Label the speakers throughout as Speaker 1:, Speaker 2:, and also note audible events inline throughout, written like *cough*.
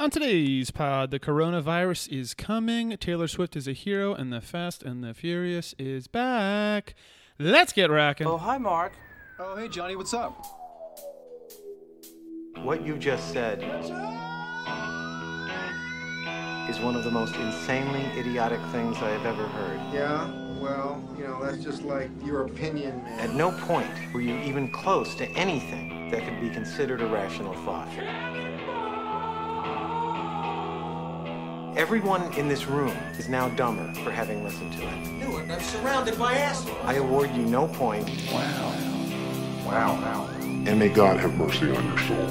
Speaker 1: On today's pod, the coronavirus is coming. Taylor Swift is a hero, and the Fast and the Furious is back. Let's get rocking.
Speaker 2: Oh, hi, Mark.
Speaker 3: Oh, hey, Johnny, what's up?
Speaker 4: What you just said is one of the most insanely idiotic things I have ever heard.
Speaker 3: Yeah, well, you know, that's just like your opinion,
Speaker 4: At
Speaker 3: man.
Speaker 4: no point were you even close to anything that could be considered a rational thought. Everyone in this room is now dumber for having listened to it.
Speaker 5: do it. I'm surrounded by assholes.
Speaker 4: I award you no point.
Speaker 6: and may God have mercy on your soul.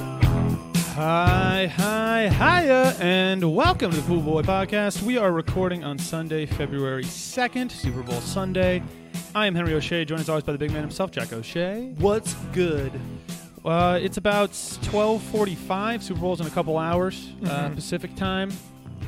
Speaker 1: Hi, hi, hiya, and welcome to the Pool Boy Podcast. We are recording on Sunday, February 2nd, Super Bowl Sunday. I am Henry O'Shea, joined as always by the big man himself, Jack O'Shea. What's good? Uh, it's about 12.45, Super Bowl's in a couple hours,
Speaker 7: Mm-hmm.
Speaker 1: uh, Pacific time.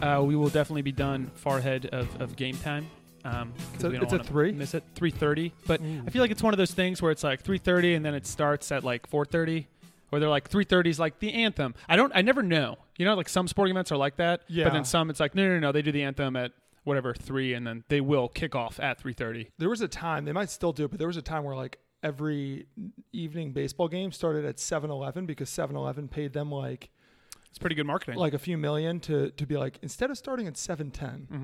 Speaker 1: Uh, we will definitely be done far ahead of, of game time. Um, 'cause
Speaker 7: It's a-
Speaker 1: we don't
Speaker 7: it's a
Speaker 1: wanna
Speaker 7: three?
Speaker 1: Miss it three thirty, but I feel like it's one of those things where it's like three thirty and then it starts at like four thirty, or they're like three thirty is like the anthem. I don't, I never know. You know, like some sporting events are like that,
Speaker 7: Yeah.
Speaker 1: But then some, it's like no, no, no, no, they do the anthem at whatever three, and then they will kick off at three thirty.
Speaker 7: there was a time they might still do it, but there was a time where like every evening baseball game started at 7-Eleven because 7-Eleven paid them like
Speaker 1: It's pretty good marketing.
Speaker 7: like a few million to to be like instead of starting at 7-10.
Speaker 1: Mm-hmm.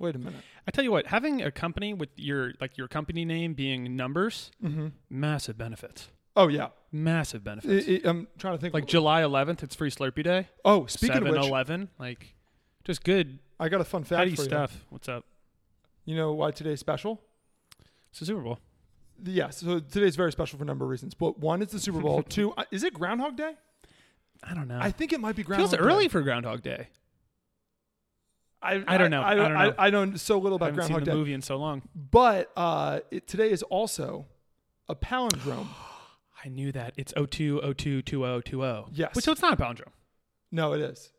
Speaker 7: Wait a minute.
Speaker 1: I tell you what, having a company with your like your company name being numbers,
Speaker 7: Mm-hmm.
Speaker 1: massive benefits,
Speaker 7: Oh yeah.
Speaker 1: massive benefits.
Speaker 7: It- it- I'm trying to think
Speaker 1: like July eleventh, it's free Slurpee Day.
Speaker 7: Oh, speaking of
Speaker 1: Seven
Speaker 7: which,
Speaker 1: Eleven, like just good
Speaker 7: I got a fun fact
Speaker 1: petty
Speaker 7: for
Speaker 1: stuff. What's up?
Speaker 7: you. You know why today's special?
Speaker 1: It's the Super Bowl.
Speaker 7: Yes. So today's very special for a number of reasons. But one, it's the
Speaker 1: *laughs*
Speaker 7: Super Bowl. Two, uh, is it Groundhog Day?
Speaker 1: I don't know.
Speaker 7: I think it might be Groundhog
Speaker 1: feels
Speaker 7: Day.
Speaker 1: early for Groundhog Day.
Speaker 7: I,
Speaker 1: I don't know.
Speaker 7: I,
Speaker 1: I don't know.
Speaker 7: I, I know so little
Speaker 1: I
Speaker 7: about
Speaker 1: haven't seen
Speaker 7: Groundhog
Speaker 1: the
Speaker 7: Day.
Speaker 1: movie in so long.
Speaker 7: But uh, it, today is also a
Speaker 1: *gasps*
Speaker 7: palindrome.
Speaker 1: I knew that. It's 02022020.
Speaker 7: Yes.
Speaker 1: oh, Which so it's not a palindrome.
Speaker 7: No, it is.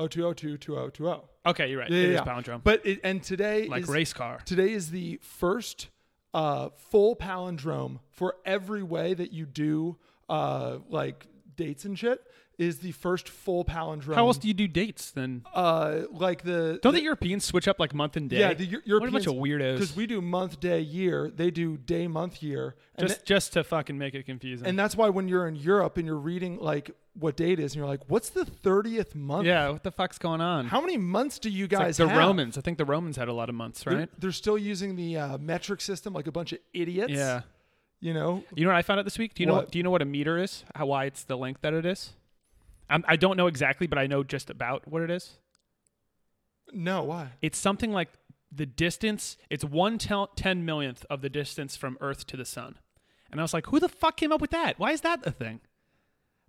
Speaker 7: 02022020.
Speaker 1: Okay, you're right.
Speaker 7: Yeah,
Speaker 1: it is
Speaker 7: yeah.
Speaker 1: palindrome.
Speaker 7: But it, and today
Speaker 1: like
Speaker 7: is,
Speaker 1: race car.
Speaker 7: Today is the first uh, full palindrome for every way that you do uh, like dates and shit. Is the first full palindrome.
Speaker 1: How else do you do dates then?
Speaker 7: um, uh, like the
Speaker 1: Don't
Speaker 7: the,
Speaker 1: the, Europeans switch up like month and day?
Speaker 7: yeah the Eu- Europeans
Speaker 1: What a bunch of weirdos.
Speaker 7: because we do month day year they do day month year and
Speaker 1: just just to fucking make it confusing.
Speaker 7: And that's why when you're in Europe and you're reading like what date is, and you're like, what's the 30th month?
Speaker 1: yeah, what the fuck's going on?
Speaker 7: How many months do you
Speaker 1: It's like
Speaker 7: guys
Speaker 1: the
Speaker 7: have?
Speaker 1: Romans. I think the Romans had a lot of months,
Speaker 7: They're,
Speaker 1: right?
Speaker 7: they're still using the uh, metric system like a bunch of idiots.
Speaker 1: yeah.
Speaker 7: You know?
Speaker 1: You know what I found out this week? Do you know
Speaker 7: What?
Speaker 1: do you know what a meter is? How why it's the length that it is? I'm, I don't know exactly, but I know just about what it is.
Speaker 7: No, why?
Speaker 1: it's something like the distance it's one tel- ten millionth of the distance from earth to the sun and i was like who the fuck came up with that why is that a thing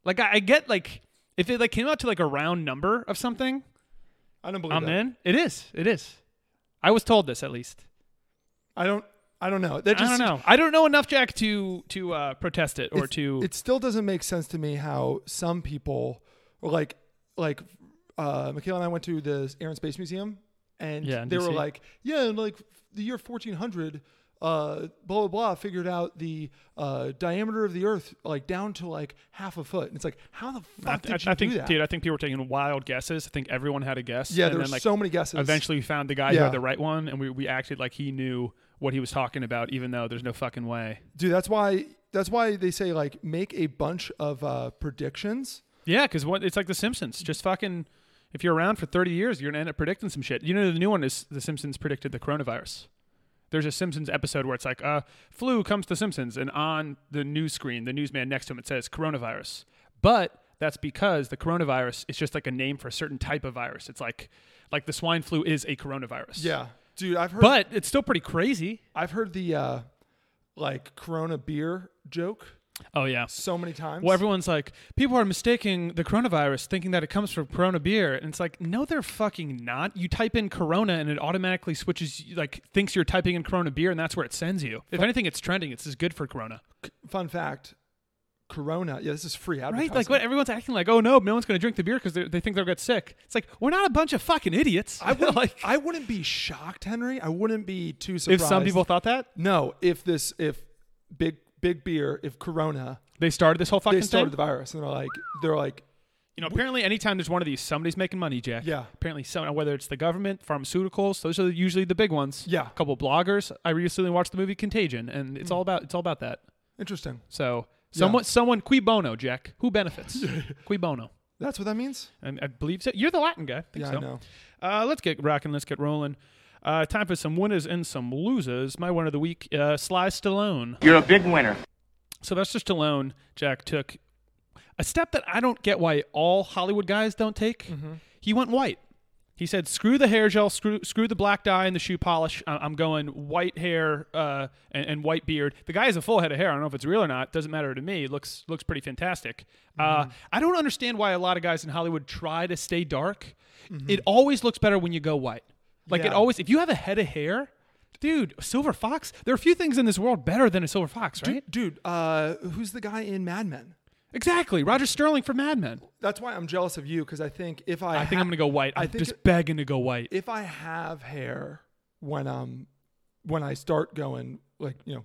Speaker 1: like i, I get like if it like came out to like a round number of something
Speaker 7: I don't believe
Speaker 1: i'm
Speaker 7: that.
Speaker 1: in it is it is i was told this at least
Speaker 7: I don't. I don't know. That just
Speaker 1: i don't know i don't know enough jack to to uh protest it or
Speaker 7: it's-
Speaker 1: to
Speaker 7: It still doesn't make sense to me how some people, or like, like, uh, Michaela and I went to the Air and Space Museum, and
Speaker 1: Yeah, in
Speaker 7: they were
Speaker 1: DC.
Speaker 7: like, yeah, and like the year 1400, uh, blah blah blah, figured out the uh, diameter of the Earth like down to like half a foot, and it's like, how the fuck
Speaker 1: I,
Speaker 7: did
Speaker 1: th-
Speaker 7: you
Speaker 1: I think
Speaker 7: do that?
Speaker 1: dude i think people were taking wild guesses i think everyone had a guess
Speaker 7: yeah,
Speaker 1: and
Speaker 7: there were
Speaker 1: then, like,
Speaker 7: so many guesses.
Speaker 1: Eventually, we found the guy who
Speaker 7: Yeah.
Speaker 1: had the right one, and we, we acted like he knew what he was talking about, even though there's no fucking way.
Speaker 7: dude, that's why that's why they say like make a bunch of uh, predictions.
Speaker 1: Yeah, because what it's like The Simpsons. Just fucking, if you're around for 30 years, you're gonna end up predicting some shit. You know, the new one is The Simpsons predicted the coronavirus. There's a Simpsons episode where it's like, uh, flu comes to Simpsons, and on the news screen, the newsman next to him, it says coronavirus. But that's because the coronavirus is just like a name for a certain type of virus. It's like, like the swine flu is a coronavirus.
Speaker 7: Yeah, dude, I've heard.
Speaker 1: But it's still pretty crazy.
Speaker 7: I've heard the uh, like Corona beer joke
Speaker 1: Oh yeah.
Speaker 7: so many times.
Speaker 1: Well, everyone's like, people are mistaking the coronavirus, thinking that it comes from Corona beer, and it's like, no, they're fucking not. You type in Corona, and it automatically switches, like, thinks you're typing in Corona beer, and that's where it sends you. If anything, it's trending. It's as good for Corona,
Speaker 7: Fun fact: Corona. Yeah, this is free advertising.
Speaker 1: right? Like, what everyone's acting like, oh no, no one's going to drink the beer because they think they'll get sick. It's like we're not a bunch of fucking idiots.
Speaker 7: I
Speaker 1: *laughs*
Speaker 7: wouldn't,
Speaker 1: like
Speaker 7: I wouldn't be shocked, Henry. I wouldn't be too surprised
Speaker 1: if some people thought that
Speaker 7: No, if this, if big big beer, if Corona,
Speaker 1: they started this whole fucking
Speaker 7: they started the
Speaker 1: thing.
Speaker 7: virus, and they're like, they're like,
Speaker 1: You know, apparently, anytime there's one of these, somebody's making money, Jack.
Speaker 7: Yeah.
Speaker 1: Apparently, some whether it's the government, pharmaceuticals, those are usually the big ones.
Speaker 7: Yeah. Mm.
Speaker 1: A couple bloggers. I recently watched the movie Contagion, and it's all about it's all about that.
Speaker 7: Interesting.
Speaker 1: So, someone, someone, qui bono, Jack. Who
Speaker 7: *laughs*
Speaker 1: benefits? qui bono.
Speaker 7: That's what that means.
Speaker 1: I, I believe so. You're the Latin guy. I think
Speaker 7: Yeah,
Speaker 1: so.
Speaker 7: I know.
Speaker 1: Uh, let's get rocking. Let's get rolling. Uh, time for some winners and some losers. My winner of the week, uh, Sly Stallone.
Speaker 2: You're a big winner.
Speaker 1: Sylvester Stallone, Jack, took a step that I don't get why all Hollywood guys don't take.
Speaker 7: Mm-hmm.
Speaker 1: He went white. He said, screw the hair gel, screw, screw the black dye and the shoe polish. I- I'm going white hair uh, and, and white beard. The guy has a full head of hair. I don't know if it's real or not. Doesn't matter to me. Looks looks pretty fantastic.
Speaker 7: Mm-hmm.
Speaker 1: Uh, I don't understand why a lot of guys in Hollywood try to stay dark. It always looks better when you go white. Like it
Speaker 7: Mm-hmm. Yeah.
Speaker 1: always, if you have a head of hair, dude, a silver fox. There are a few things in this world better than a silver fox, right?
Speaker 7: Dude, uh, who's the guy in Mad Men?
Speaker 1: Exactly. Roger Sterling from Mad Men.
Speaker 7: That's why I'm jealous of you because I think if I
Speaker 1: I think
Speaker 7: ha-
Speaker 1: I'm gonna go white.
Speaker 7: I
Speaker 1: I'm
Speaker 7: think
Speaker 1: just begging to go white.
Speaker 7: if I have hair when I'm when I start going like you know,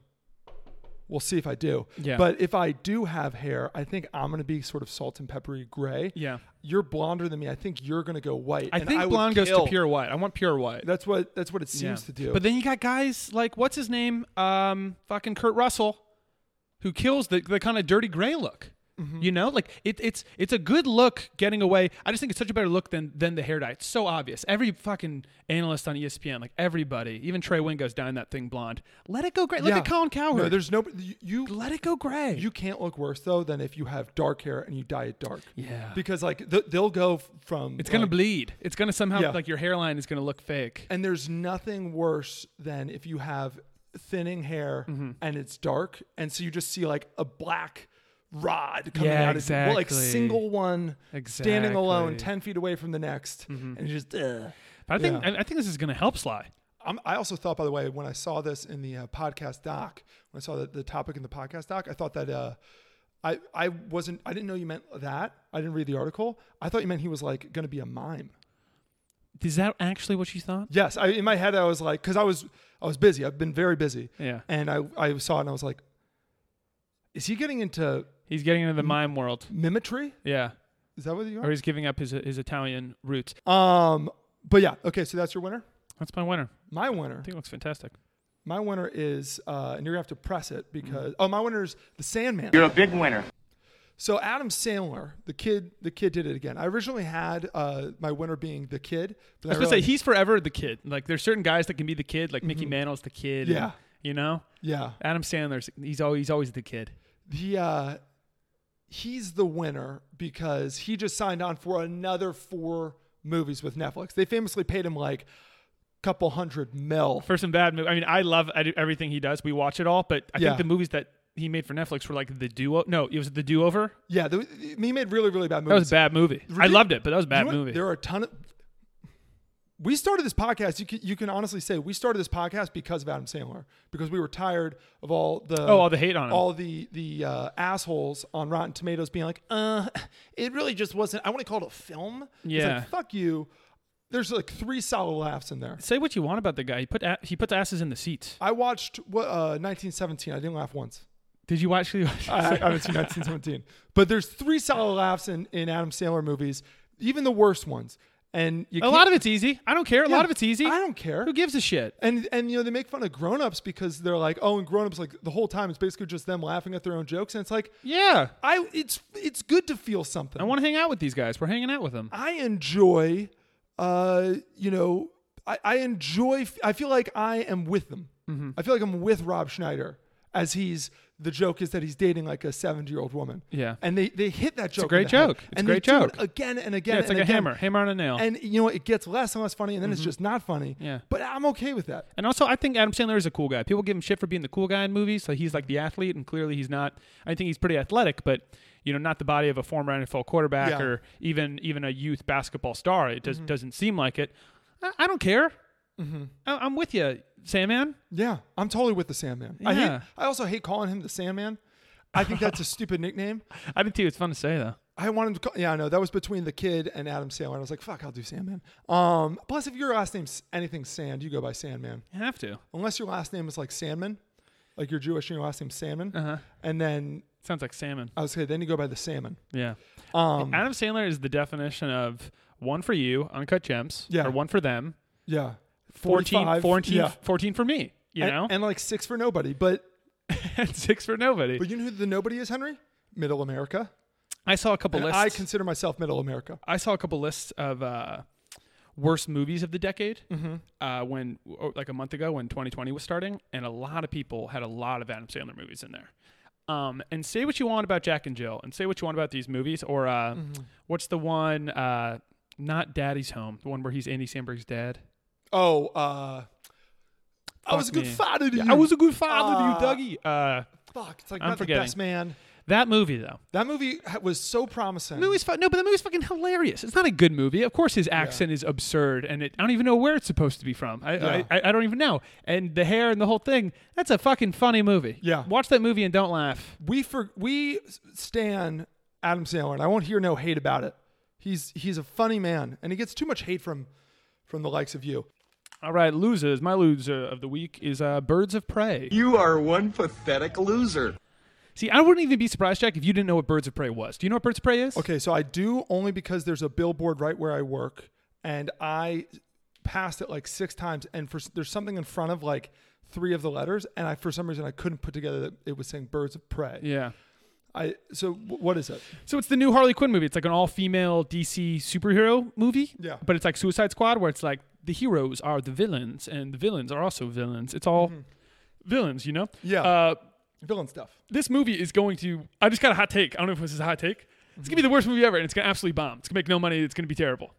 Speaker 7: we'll see if I do.
Speaker 1: Yeah.
Speaker 7: But if I do have hair, I think I'm gonna be sort of salt and peppery gray.
Speaker 1: Yeah.
Speaker 7: You're blonder than me. I think you're gonna go white.
Speaker 1: I
Speaker 7: and
Speaker 1: think
Speaker 7: would
Speaker 1: blonde goes to
Speaker 7: kill.
Speaker 1: pure white. I want pure white.
Speaker 7: That's what that's what it seems to do.
Speaker 1: But then you got guys like what's his name? Um, fucking Kurt Russell, who kills the, the kind of dirty gray look.
Speaker 7: Mm-hmm.
Speaker 1: You know, like it, it's it's a good look getting away. I just think it's such a better look than than the hair dye. It's so obvious. Every fucking analyst on E ESPN, like everybody, even Trey Wynn goes down that thing blonde. Let it go gray. Look
Speaker 7: Yeah.
Speaker 1: at Colin Cowherd.
Speaker 7: No, there's no you. you
Speaker 1: Let it go gray.
Speaker 7: You can't look worse though than if you have dark hair and you dye it dark.
Speaker 1: Yeah.
Speaker 7: Because like th- they'll go f- from
Speaker 1: it's gonna
Speaker 7: like-
Speaker 1: bleed. It's gonna somehow
Speaker 7: Yeah.
Speaker 1: like your hairline is gonna look fake.
Speaker 7: And there's nothing worse than if you have thinning hair and it's dark, and so you just see like a black rod coming
Speaker 1: Yeah,
Speaker 7: out. Of, well, like
Speaker 1: exactly.
Speaker 7: single one standing alone,
Speaker 1: Exactly.
Speaker 7: ten feet away from the next, and you just. Uh.
Speaker 1: But I think
Speaker 7: Yeah.
Speaker 1: I, I think this is gonna help Sly.
Speaker 7: I'm, I also thought, by the way, when I saw this in the uh, podcast doc, when I saw the, the topic in the podcast doc, I thought that uh, I I wasn't I didn't know you meant that. I didn't read the article. I thought you meant he was like going to be a mime.
Speaker 1: Is that actually what you thought?
Speaker 7: Yes, I, in my head I was like, because I was I was busy. I've been very busy.
Speaker 1: Yeah.
Speaker 7: And I I saw it and I was like, is he getting into
Speaker 1: He's getting into the mime world.
Speaker 7: mimicry?
Speaker 1: Yeah.
Speaker 7: Is that what you
Speaker 1: Or
Speaker 7: are?
Speaker 1: he's giving up his his Italian roots.
Speaker 7: Um. But yeah. Okay. So that's your winner.
Speaker 1: That's my winner. I
Speaker 7: My winner.
Speaker 1: think it looks fantastic.
Speaker 7: My winner is, uh, and you're gonna have to press it because oh, my winner is the Sandman.
Speaker 2: You're a big winner.
Speaker 7: So Adam Sandler, the kid, the kid did it again. I originally had uh, my winner being the kid.
Speaker 1: I
Speaker 7: But
Speaker 1: was gonna say he's forever the kid. Like there's certain guys that can be the kid, like Mickey Mantle's the kid. and,
Speaker 7: Yeah.
Speaker 1: you know?
Speaker 7: yeah.
Speaker 1: Adam Sandler's he's always he's always the kid.
Speaker 7: The uh, he's the winner because he just signed on for another four movies with Netflix. They famously paid him like couple hundred mil.
Speaker 1: For some bad movie. I mean, I love ed- everything he does. We watch it all, but I
Speaker 7: Yeah.
Speaker 1: think the movies that he made for Netflix were like the duo. No, it was the do over.
Speaker 7: Yeah, the, he made really really bad movies.
Speaker 1: That was a bad movie. I
Speaker 7: Ridic-
Speaker 1: loved it, but that was a
Speaker 7: You
Speaker 1: bad
Speaker 7: know what?
Speaker 1: movie.
Speaker 7: There are a ton of. We started this podcast. You can, you can honestly say we started this podcast because of Adam Sandler because we were tired of all the
Speaker 1: Oh, all the hate on him.
Speaker 7: all the the uh, assholes on Rotten Tomatoes being like, uh, it really just wasn't. I want to call it a film.
Speaker 1: Yeah.
Speaker 7: it's like, fuck you. There's like three solid laughs in there.
Speaker 1: Say what you want about the guy. He put a- he puts asses in the seats.
Speaker 7: I watched what uh, 1917. I didn't laugh once.
Speaker 1: Did you actually?
Speaker 7: I, I haven't seen 1917. *laughs* But there's three solid laughs in, in Adam Sandler movies, even the worst ones. And you
Speaker 1: A lot of it's easy. I don't care. A lot
Speaker 7: Yeah,
Speaker 1: of it's easy.
Speaker 7: I don't care.
Speaker 1: Who gives a shit?
Speaker 7: And and you know they make fun of grown-ups because they're like, oh, and grown-ups like the whole time it's basically just them laughing at their own jokes, and it's like,
Speaker 1: Yeah.
Speaker 7: I it's it's good to feel something.
Speaker 1: I want to hang out with these guys. We're hanging out with them.
Speaker 7: I enjoy, uh, you know, I, I enjoy. I feel like I am with them.
Speaker 1: Mm-hmm.
Speaker 7: I feel like I'm with Rob Schneider as he's the joke is that he's dating like a 70 year old woman.
Speaker 1: Yeah.
Speaker 7: and they they hit that joke. in
Speaker 1: great
Speaker 7: the head.
Speaker 1: joke. It's a
Speaker 7: and
Speaker 1: great
Speaker 7: they do it
Speaker 1: joke.
Speaker 7: again and again.
Speaker 1: Yeah, it's
Speaker 7: and
Speaker 1: like a
Speaker 7: again.
Speaker 1: hammer, hammer on a nail. And,
Speaker 7: And you know it gets less and less funny, and then it's just not funny.
Speaker 1: Yeah.
Speaker 7: but I'm okay with that.
Speaker 1: also, I think Adam Sandler is a cool guy. People give him shit for being the cool guy in movies. So he's like the athlete, and clearly he's not. I think he's pretty athletic, but you know, not the body of a former NFL quarterback
Speaker 7: Yeah.
Speaker 1: or even even a youth basketball star. It does, doesn't seem like it. I, I don't care. I, I'm with you, Sandman.
Speaker 7: Yeah, I'm totally with the Sandman. I hate,
Speaker 1: Yeah.
Speaker 7: I also hate calling him the Sandman. I think that's a stupid nickname.
Speaker 1: I didn't think it's fun to say though.
Speaker 7: I wanted to call. Yeah, I know that was between the kid and Adam Sandler. I was like, "Fuck, I'll do Sandman." Um, plus, if your last name's anything Sand, you go by Sandman.
Speaker 1: You have to. Uh-huh.
Speaker 7: Unless your last name is like Sandman, like you're Jewish and your last name's Sandman, and then
Speaker 1: Sounds like salmon.
Speaker 7: I was say then you go by the salmon.
Speaker 1: Yeah.
Speaker 7: Um,
Speaker 1: Adam Sandler is the definition of one for you, uncut gems,
Speaker 7: Yeah.
Speaker 1: or one for them,
Speaker 7: yeah,
Speaker 1: 14,
Speaker 7: 45,
Speaker 1: 14,
Speaker 7: yeah.
Speaker 1: 14 for me, you
Speaker 7: and,
Speaker 1: know?
Speaker 7: and like six for nobody. But
Speaker 1: *laughs* And six for nobody.
Speaker 7: but you know who the nobody is, Henry? Middle America.
Speaker 1: I saw a couple
Speaker 7: And
Speaker 1: lists.
Speaker 7: I consider myself Middle America.
Speaker 1: I saw a couple lists of uh, worst movies of the decade
Speaker 7: Mm-hmm.
Speaker 1: uh, when, or like a month ago, when 2020 was starting, and a lot of people had a lot of Adam Sandler movies in there. Um, and say what you want about Jack and Jill, and say what you want about these movies, or uh,
Speaker 7: Mm-hmm.
Speaker 1: what's the one? Uh, not Daddy's Home, the one where he's Andy Samberg's dad.
Speaker 7: Oh, uh, I was a good
Speaker 1: me.
Speaker 7: father to you.
Speaker 1: I was a good father to you, Dougie. Uh,
Speaker 7: fuck. It's like
Speaker 1: I'm
Speaker 7: not the
Speaker 1: forgetting.
Speaker 7: best man.
Speaker 1: that movie though,
Speaker 7: That movie ha- was so promising.
Speaker 1: The movie's fu- no, but the movie's fucking hilarious. It's not a good movie. Of course, his accent is absurd, and it, I don't even know where it's supposed to be from. I,
Speaker 7: Yeah.
Speaker 1: I, I, I don't even know. And the hair and the whole thing—that's a fucking funny movie.
Speaker 7: Yeah.
Speaker 1: watch that movie and don't laugh.
Speaker 7: we for we stan Adam Sandler, and I won't hear no hate about it. He's he's a funny man, and he gets too much hate from from the likes of you.
Speaker 1: All right, losers. My loser of the week is uh, Birds of Prey.
Speaker 2: You are one pathetic loser.
Speaker 1: See, I wouldn't even be surprised, Jack, if you didn't know what Birds of Prey was. Do you know what Birds of Prey is?
Speaker 7: Okay, so I do only because there's a billboard right where I work, and I passed it like six times, and for there's something in front of like three of the letters, and I for some reason I couldn't put together that it was saying birds of prey.
Speaker 1: Yeah.
Speaker 7: I so w- what is it?
Speaker 1: So it's the new Harley Quinn movie. It's like an all-female DC superhero movie.
Speaker 7: Yeah.
Speaker 1: But it's like Suicide Squad, where it's like the heroes are the villains, and the villains are also villains. It's all villains, you know.
Speaker 7: Mm-hmm. Yeah.
Speaker 1: Uh,
Speaker 7: Villain stuff.
Speaker 1: this movie is going to. I just got a hot take. I don't know if this is a hot take. It's
Speaker 7: Mm-hmm.
Speaker 1: gonna be the worst movie ever, and it's gonna absolutely bomb. It's gonna make no money. It's gonna be terrible.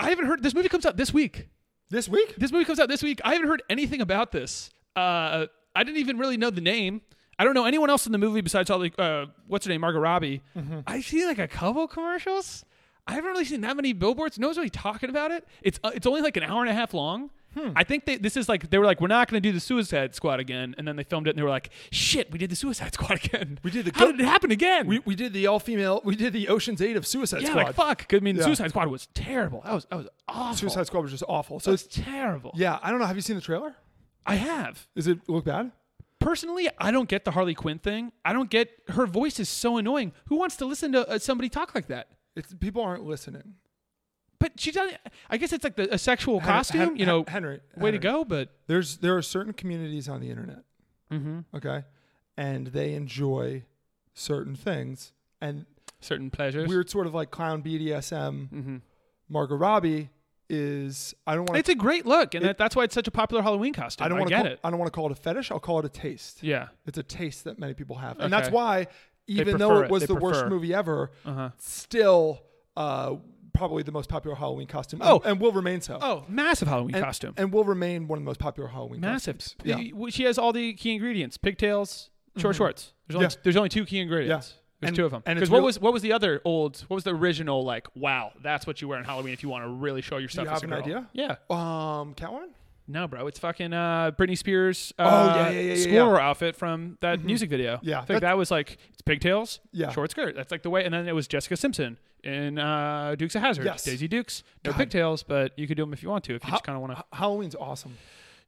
Speaker 1: I haven't heard this movie comes out this week.
Speaker 7: This week?
Speaker 1: This movie comes out this week. I haven't heard anything about this. Uh, I didn't even really know the name. I don't know anyone else in the movie besides all the uh, what's her name, Margot Robbie.
Speaker 7: Mm-hmm.
Speaker 1: I've seen like a couple commercials. I haven't really seen that many billboards. No one's really talking about it. It's uh, it's only like an hour and a half long.
Speaker 7: Hmm.
Speaker 1: I think they, this is like they were like we're not going to do the Suicide Squad again, and then they filmed it and they were like, shit, we did the Suicide Squad *laughs* again. We
Speaker 7: did the
Speaker 1: How
Speaker 7: go-
Speaker 1: did it happen again?
Speaker 7: We, we did the all female. We did the Ocean's Eight of Suicide
Speaker 1: yeah,
Speaker 7: Squad.
Speaker 1: like fuck. I mean,
Speaker 7: Yeah.
Speaker 1: Suicide Squad was terrible. That was that was awful.
Speaker 7: Suicide Squad was just awful.
Speaker 1: That
Speaker 7: So
Speaker 1: was
Speaker 7: it's,
Speaker 1: terrible.
Speaker 7: yeah, I don't know. Have you seen the trailer?
Speaker 1: I have.
Speaker 7: Is it look bad?
Speaker 1: personally, I don't get the Harley Quinn thing. I don't get her voice is so annoying. Who wants to listen to uh, somebody talk like that?
Speaker 7: It's people aren't listening.
Speaker 1: But she doesn't. I guess it's like the, a sexual
Speaker 7: Hen-
Speaker 1: costume.
Speaker 7: Hen-
Speaker 1: you know,
Speaker 7: Henry,
Speaker 1: way
Speaker 7: Henry.
Speaker 1: to go. But
Speaker 7: There's there are certain communities on the internet, mm-hmm. okay, and they enjoy certain things, and
Speaker 1: certain pleasures.
Speaker 7: weird sort of like clown BDSM. Margot Robbie is I don't want
Speaker 1: Mm-hmm. it's
Speaker 7: to
Speaker 1: a great look, and
Speaker 7: It-
Speaker 1: that, that's why it's such a popular Halloween costume.
Speaker 7: I don't
Speaker 1: want to
Speaker 7: call,
Speaker 1: get it.
Speaker 7: I don't want to call it a fetish. I'll call it a taste.
Speaker 1: yeah,
Speaker 7: It's a taste that many people have, and that's
Speaker 1: Okay.
Speaker 7: why even
Speaker 1: prefer
Speaker 7: though
Speaker 1: it.
Speaker 7: it
Speaker 1: Uh-huh.
Speaker 7: was
Speaker 1: They
Speaker 7: the worst
Speaker 1: prefer.
Speaker 7: movie ever, still uh, probably the most popular Halloween costume. and-
Speaker 1: Oh.
Speaker 7: and will remain so.
Speaker 1: Oh, massive Halloween
Speaker 7: and,
Speaker 1: costume.
Speaker 7: and will remain one of the most popular Halloween.
Speaker 1: massive.
Speaker 7: costumes. Yeah. Mm-hmm.
Speaker 1: Uh, She has all the key ingredients: pigtails, short shorts. There's only,
Speaker 7: Yeah.
Speaker 1: there's only two key ingredients. There's
Speaker 7: And-
Speaker 1: two of them.
Speaker 7: and
Speaker 1: Because
Speaker 7: it's
Speaker 1: what
Speaker 7: real-
Speaker 1: was what was the other old? What was the original? Like, wow, that's what you wear on Halloween if you want to really show yourself.
Speaker 7: you
Speaker 1: as
Speaker 7: have
Speaker 1: a
Speaker 7: an
Speaker 1: girl.
Speaker 7: idea?
Speaker 1: Yeah.
Speaker 7: Um, Catwoman.
Speaker 1: No, bro, it's fucking uh, Britney Spears. Uh,
Speaker 7: Oh, yeah, yeah, yeah, yeah,
Speaker 1: scorer outfit from that music video.
Speaker 7: Yeah,
Speaker 1: I think
Speaker 7: that's-
Speaker 1: that was like it's pigtails,
Speaker 7: Yeah.
Speaker 1: short skirt. That's like the way. And then it was Jessica Simpson in uh, Dukes of Hazard.
Speaker 7: Yes.
Speaker 1: Daisy Dukes. No pigtails, but you could do them if you want to. If you just kind of want to.
Speaker 7: Ha- Halloween's awesome.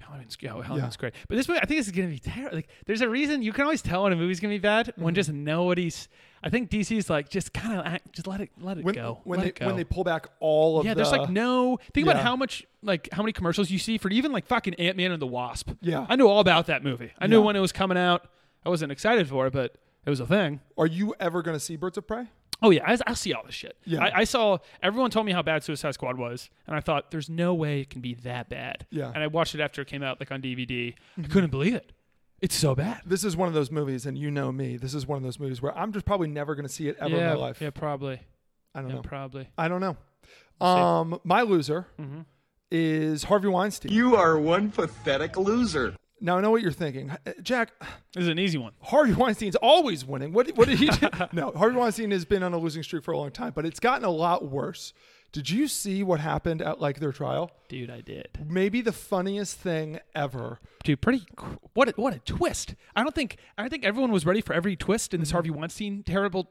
Speaker 1: Halloween's, yeah, Halloween's great. But this movie, I think this is gonna be terrible. Like, there's a reason you can always tell when a movie's gonna be bad
Speaker 7: Mm-hmm.
Speaker 1: when just nobody's. I think DC's like just kind of act, just let it let it
Speaker 7: When,
Speaker 1: go.
Speaker 7: when
Speaker 1: Let
Speaker 7: they
Speaker 1: it go.
Speaker 7: when they pull back all of
Speaker 1: Yeah,
Speaker 7: the,
Speaker 1: there's like no think about
Speaker 7: Yeah.
Speaker 1: how much like how many commercials you see for even like fucking Ant Man and the Wasp.
Speaker 7: Yeah.
Speaker 1: I knew all about that movie. I knew
Speaker 7: Yeah.
Speaker 1: when it was coming out. I wasn't excited for it, but it was a thing.
Speaker 7: Are you ever gonna see Birds of Prey?
Speaker 1: Oh yeah, I, I see all this shit.
Speaker 7: Yeah.
Speaker 1: I, I saw everyone told me how bad Suicide Squad was, and I thought there's no way it can be that bad.
Speaker 7: Yeah. Mm-hmm.
Speaker 1: and I watched it after it came out like on DVD. I couldn't believe it. It's so bad.
Speaker 7: This is one of those movies, and you know me. This is one of those movies where I'm just probably never gonna see it ever
Speaker 1: yeah,
Speaker 7: in my life.
Speaker 1: yeah, probably,
Speaker 7: I don't
Speaker 1: yeah,
Speaker 7: know.
Speaker 1: probably.
Speaker 7: I don't know. Um, my loser is Harvey Weinstein.
Speaker 2: You are one pathetic loser.
Speaker 7: now I know what you're thinking, Uh, Jack.
Speaker 1: This is an easy one.
Speaker 7: Harvey Weinstein's always winning. What, what did he do? no, Harvey Weinstein has been on a losing streak for a long time, but it's gotten a lot worse. Did you see what happened at like their trial?
Speaker 1: Dude, I did.
Speaker 7: Maybe the funniest thing ever.
Speaker 1: dude, pretty cr- what Mm-hmm. a, what a twist. I don't think I don't think everyone was ready for every twist in this Harvey Weinstein terrible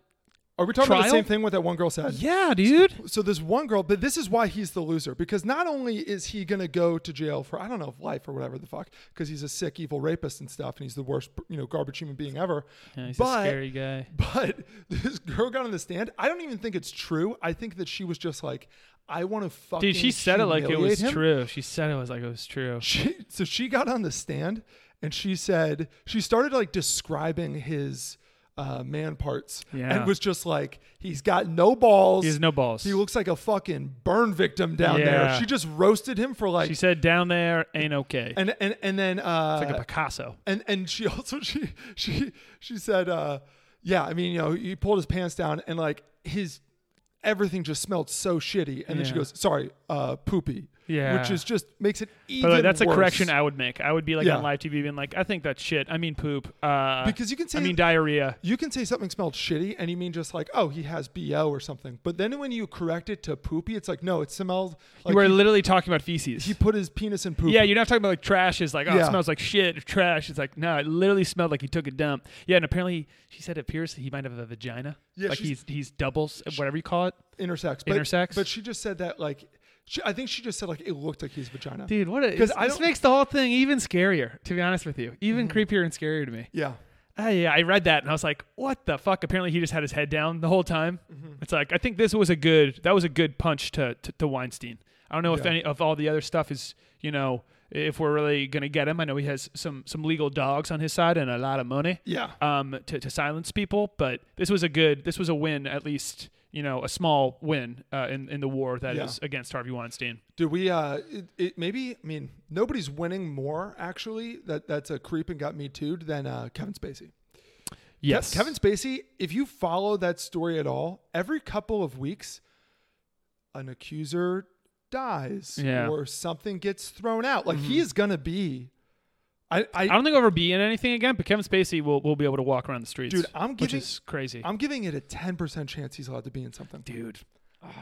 Speaker 7: Are we talking about the
Speaker 1: Trial?
Speaker 7: same thing what that one girl said?
Speaker 1: Yeah, dude.
Speaker 7: So there's one girl, but this is why he's the loser because not only is he gonna go to jail for I don't know life or whatever the fuck because he's a sick evil rapist and stuff and he's the worst you know garbage human being ever.
Speaker 1: Yeah, he's
Speaker 7: but,
Speaker 1: a scary guy.
Speaker 7: *laughs* But this girl got on the stand. I don't even think it's true. I think that she was just like, I want to fucking.
Speaker 1: Dude, she said it like it was
Speaker 7: humiliate him.
Speaker 1: true. She said it was like it was true.
Speaker 7: She, so she got on the stand and she said she started like describing his uh, man parts
Speaker 1: Yeah.
Speaker 7: and was just like he's got no balls.
Speaker 1: He has no balls.
Speaker 7: He looks like a fucking burn victim down
Speaker 1: Yeah.
Speaker 7: there. She just roasted him for like
Speaker 1: She said down there ain't okay.
Speaker 7: and and and then uh,
Speaker 1: like a Picasso.
Speaker 7: and and she *laughs* also she she she said uh yeah i mean you know he pulled his pants down and like his everything just smelled so shitty and then she
Speaker 1: Yeah.
Speaker 7: goes sorry uh poopy
Speaker 1: Yeah.
Speaker 7: which is just makes it even
Speaker 1: By the way, that's
Speaker 7: worse.
Speaker 1: a correction I would make. I would be like
Speaker 7: Yeah.
Speaker 1: on live TV being like, I think that's shit. I mean poop. Uh,
Speaker 7: Because you can say-
Speaker 1: I mean diarrhea.
Speaker 7: you can say something smelled shitty and you mean just like oh he has bo or something but then when you correct it to poopy it's like no it smelled like
Speaker 1: you are
Speaker 7: he,
Speaker 1: literally talking about feces.
Speaker 7: he put his penis in poop
Speaker 1: yeah, you're not talking about like trash is like, oh, it
Speaker 7: Yeah.
Speaker 1: smells like shit or trash. It's like, no, it literally smelled like he took a dump. Yeah, and apparently she said it appears he might have a vagina.
Speaker 7: Yeah,
Speaker 1: like he's
Speaker 7: she's-
Speaker 1: he's doubles, whatever you call it.
Speaker 7: intersex but,
Speaker 1: Intersex?
Speaker 7: but she just said that like she, i think she just said like it looked like his vagina
Speaker 1: Dude, what a,
Speaker 7: because i
Speaker 1: this
Speaker 7: don't
Speaker 1: makes the whole thing even scarier, to be honest with you. Even creepier and scarier to me.
Speaker 7: yeah
Speaker 1: Mm-hmm. Ah, yeah, I read that and I was like, "What the fuck?" Apparently, he just had his head down the whole time. It's like I think this was a good that was a good punch to to, to Weinstein. I don't know if
Speaker 7: Yeah.
Speaker 1: any of all the other stuff is you know if we're really gonna get him. I know he has some some legal dogs on his side and a lot of money.
Speaker 7: Yeah.
Speaker 1: Um, to, to silence people, but this was a good this was a win at least you know a small win uh, in in the war that is
Speaker 7: Yeah.
Speaker 1: against Harvey Weinstein.
Speaker 7: Do we? Uh, it, it maybe. I mean, nobody's winning more actually. That that's a creep and got me too than uh, Kevin Spacey. Ke-
Speaker 1: Yes,
Speaker 7: Kevin Spacey. If you follow that story at all, every couple of weeks, an accuser dies
Speaker 1: Yeah. Mm-hmm.
Speaker 7: or something gets thrown out. Like he is gonna be. I, I,
Speaker 1: I don't think I'll ever be in anything again, but Kevin Spacey will, will be able to walk around the streets.
Speaker 7: Dude, I'm
Speaker 1: which
Speaker 7: giving-
Speaker 1: is crazy.
Speaker 7: I'm giving it a ten percent chance he's allowed to be in something.
Speaker 1: dude.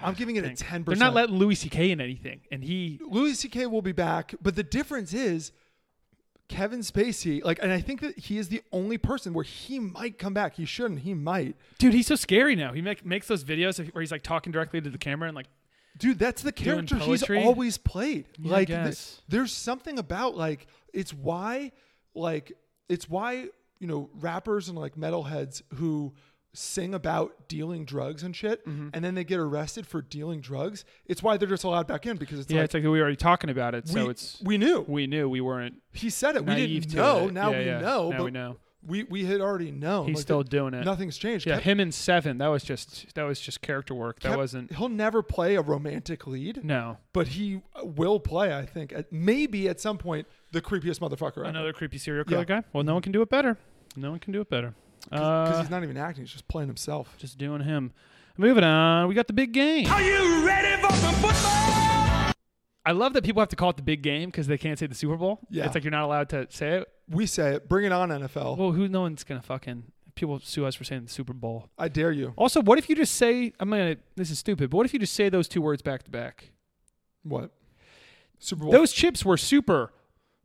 Speaker 7: I'm giving it a
Speaker 1: think.
Speaker 7: ten
Speaker 1: They're
Speaker 7: percent.
Speaker 1: not letting Louis C.K. in anything, and he
Speaker 7: Louis C.K. will be back, but the difference is Kevin Spacey. Like, and I think that he is the only person where he might come back. He shouldn't. He might.
Speaker 1: dude, he's so scary now. He make, makes those videos of- where he's like talking directly to the camera and like,
Speaker 7: Dude, that's the character he's
Speaker 1: poetry?
Speaker 7: always played.
Speaker 1: Yeah, I
Speaker 7: like, th-
Speaker 1: guess.
Speaker 7: there's something about like it's why, like it's why you know rappers and like metalheads who sing about dealing drugs and shit,
Speaker 1: Mm-hmm.
Speaker 7: and then they get arrested for dealing drugs. It's why they're just allowed back in because it's
Speaker 1: yeah,
Speaker 7: like.
Speaker 1: it's like we were already talking about it,
Speaker 7: we,
Speaker 1: so it's
Speaker 7: we knew
Speaker 1: we knew we weren't.
Speaker 7: He said it. We
Speaker 1: naive
Speaker 7: didn't
Speaker 1: to
Speaker 7: know.
Speaker 1: it.
Speaker 7: Now
Speaker 1: Yeah,
Speaker 7: we
Speaker 1: yeah.
Speaker 7: know.
Speaker 1: Now
Speaker 7: but
Speaker 1: we know.
Speaker 7: We we had already known.
Speaker 1: He's
Speaker 7: Like,
Speaker 1: still
Speaker 7: the-
Speaker 1: doing it.
Speaker 7: Nothing's changed.
Speaker 1: Yeah,
Speaker 7: Kev-
Speaker 1: him and Seven. That was just that was just character work. *laughs* That
Speaker 7: Kev-
Speaker 1: wasn't
Speaker 7: He'll never play a romantic lead.
Speaker 1: no
Speaker 7: But he uh, will play. I think at, maybe at some point the creepiest motherfucker.
Speaker 1: another creepy serial killer
Speaker 7: Yeah.
Speaker 1: guy. Well, no one can do it better. No one can do it better.
Speaker 7: because
Speaker 1: Uh,
Speaker 7: he's not even acting. He's just playing himself.
Speaker 1: just doing him. Moving on, we got the big game.
Speaker 5: Are you ready for some football?
Speaker 1: I love that people have to call it the big game because they can't say the Super Bowl.
Speaker 7: Yeah.
Speaker 1: it's like you're not allowed to say it.
Speaker 7: We say it. Bring it on, NFL.
Speaker 1: Well, who? No one's gonna fucking people sue us for saying the Super Bowl.
Speaker 7: I dare you.
Speaker 1: Also, what if you just say? I'm gonna. This is stupid. But what if you just say those two words back to back?
Speaker 7: What? Super Bowl.
Speaker 1: Those chips were Super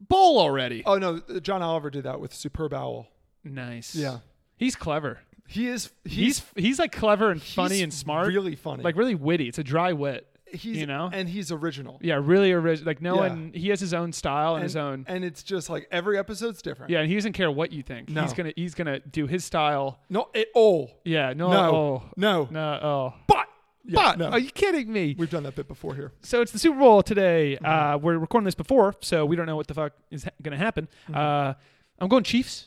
Speaker 1: Bowl already.
Speaker 7: oh no, John Oliver did that with superb owl.
Speaker 1: nice.
Speaker 7: Yeah.
Speaker 1: he's clever.
Speaker 7: He is. He's.
Speaker 1: He's he's like clever and funny
Speaker 7: he's
Speaker 1: and smart.
Speaker 7: really funny.
Speaker 1: Like really witty. It's a dry wit.
Speaker 7: he's
Speaker 1: you know?
Speaker 7: and he's original.
Speaker 1: Yeah, really original. Like no
Speaker 7: Yeah.
Speaker 1: one. He has his own style and,
Speaker 7: and,
Speaker 1: his own.
Speaker 7: and it's just like every episode's different.
Speaker 1: yeah, and he doesn't care what you think.
Speaker 7: No.
Speaker 1: He's gonna he's gonna do his style.
Speaker 7: No, it all.
Speaker 1: Yeah. No.
Speaker 7: No.
Speaker 1: Oh,
Speaker 7: No.
Speaker 1: No. Oh.
Speaker 7: But
Speaker 1: But
Speaker 7: no.
Speaker 1: are you kidding me?
Speaker 7: we've done that bit before here.
Speaker 1: so it's the Super Bowl today.
Speaker 7: Mm-hmm.
Speaker 1: Uh, we're recording this before, so we don't know what the fuck is ha- going to happen.
Speaker 7: Mm-hmm.
Speaker 1: Uh, I'm going Chiefs.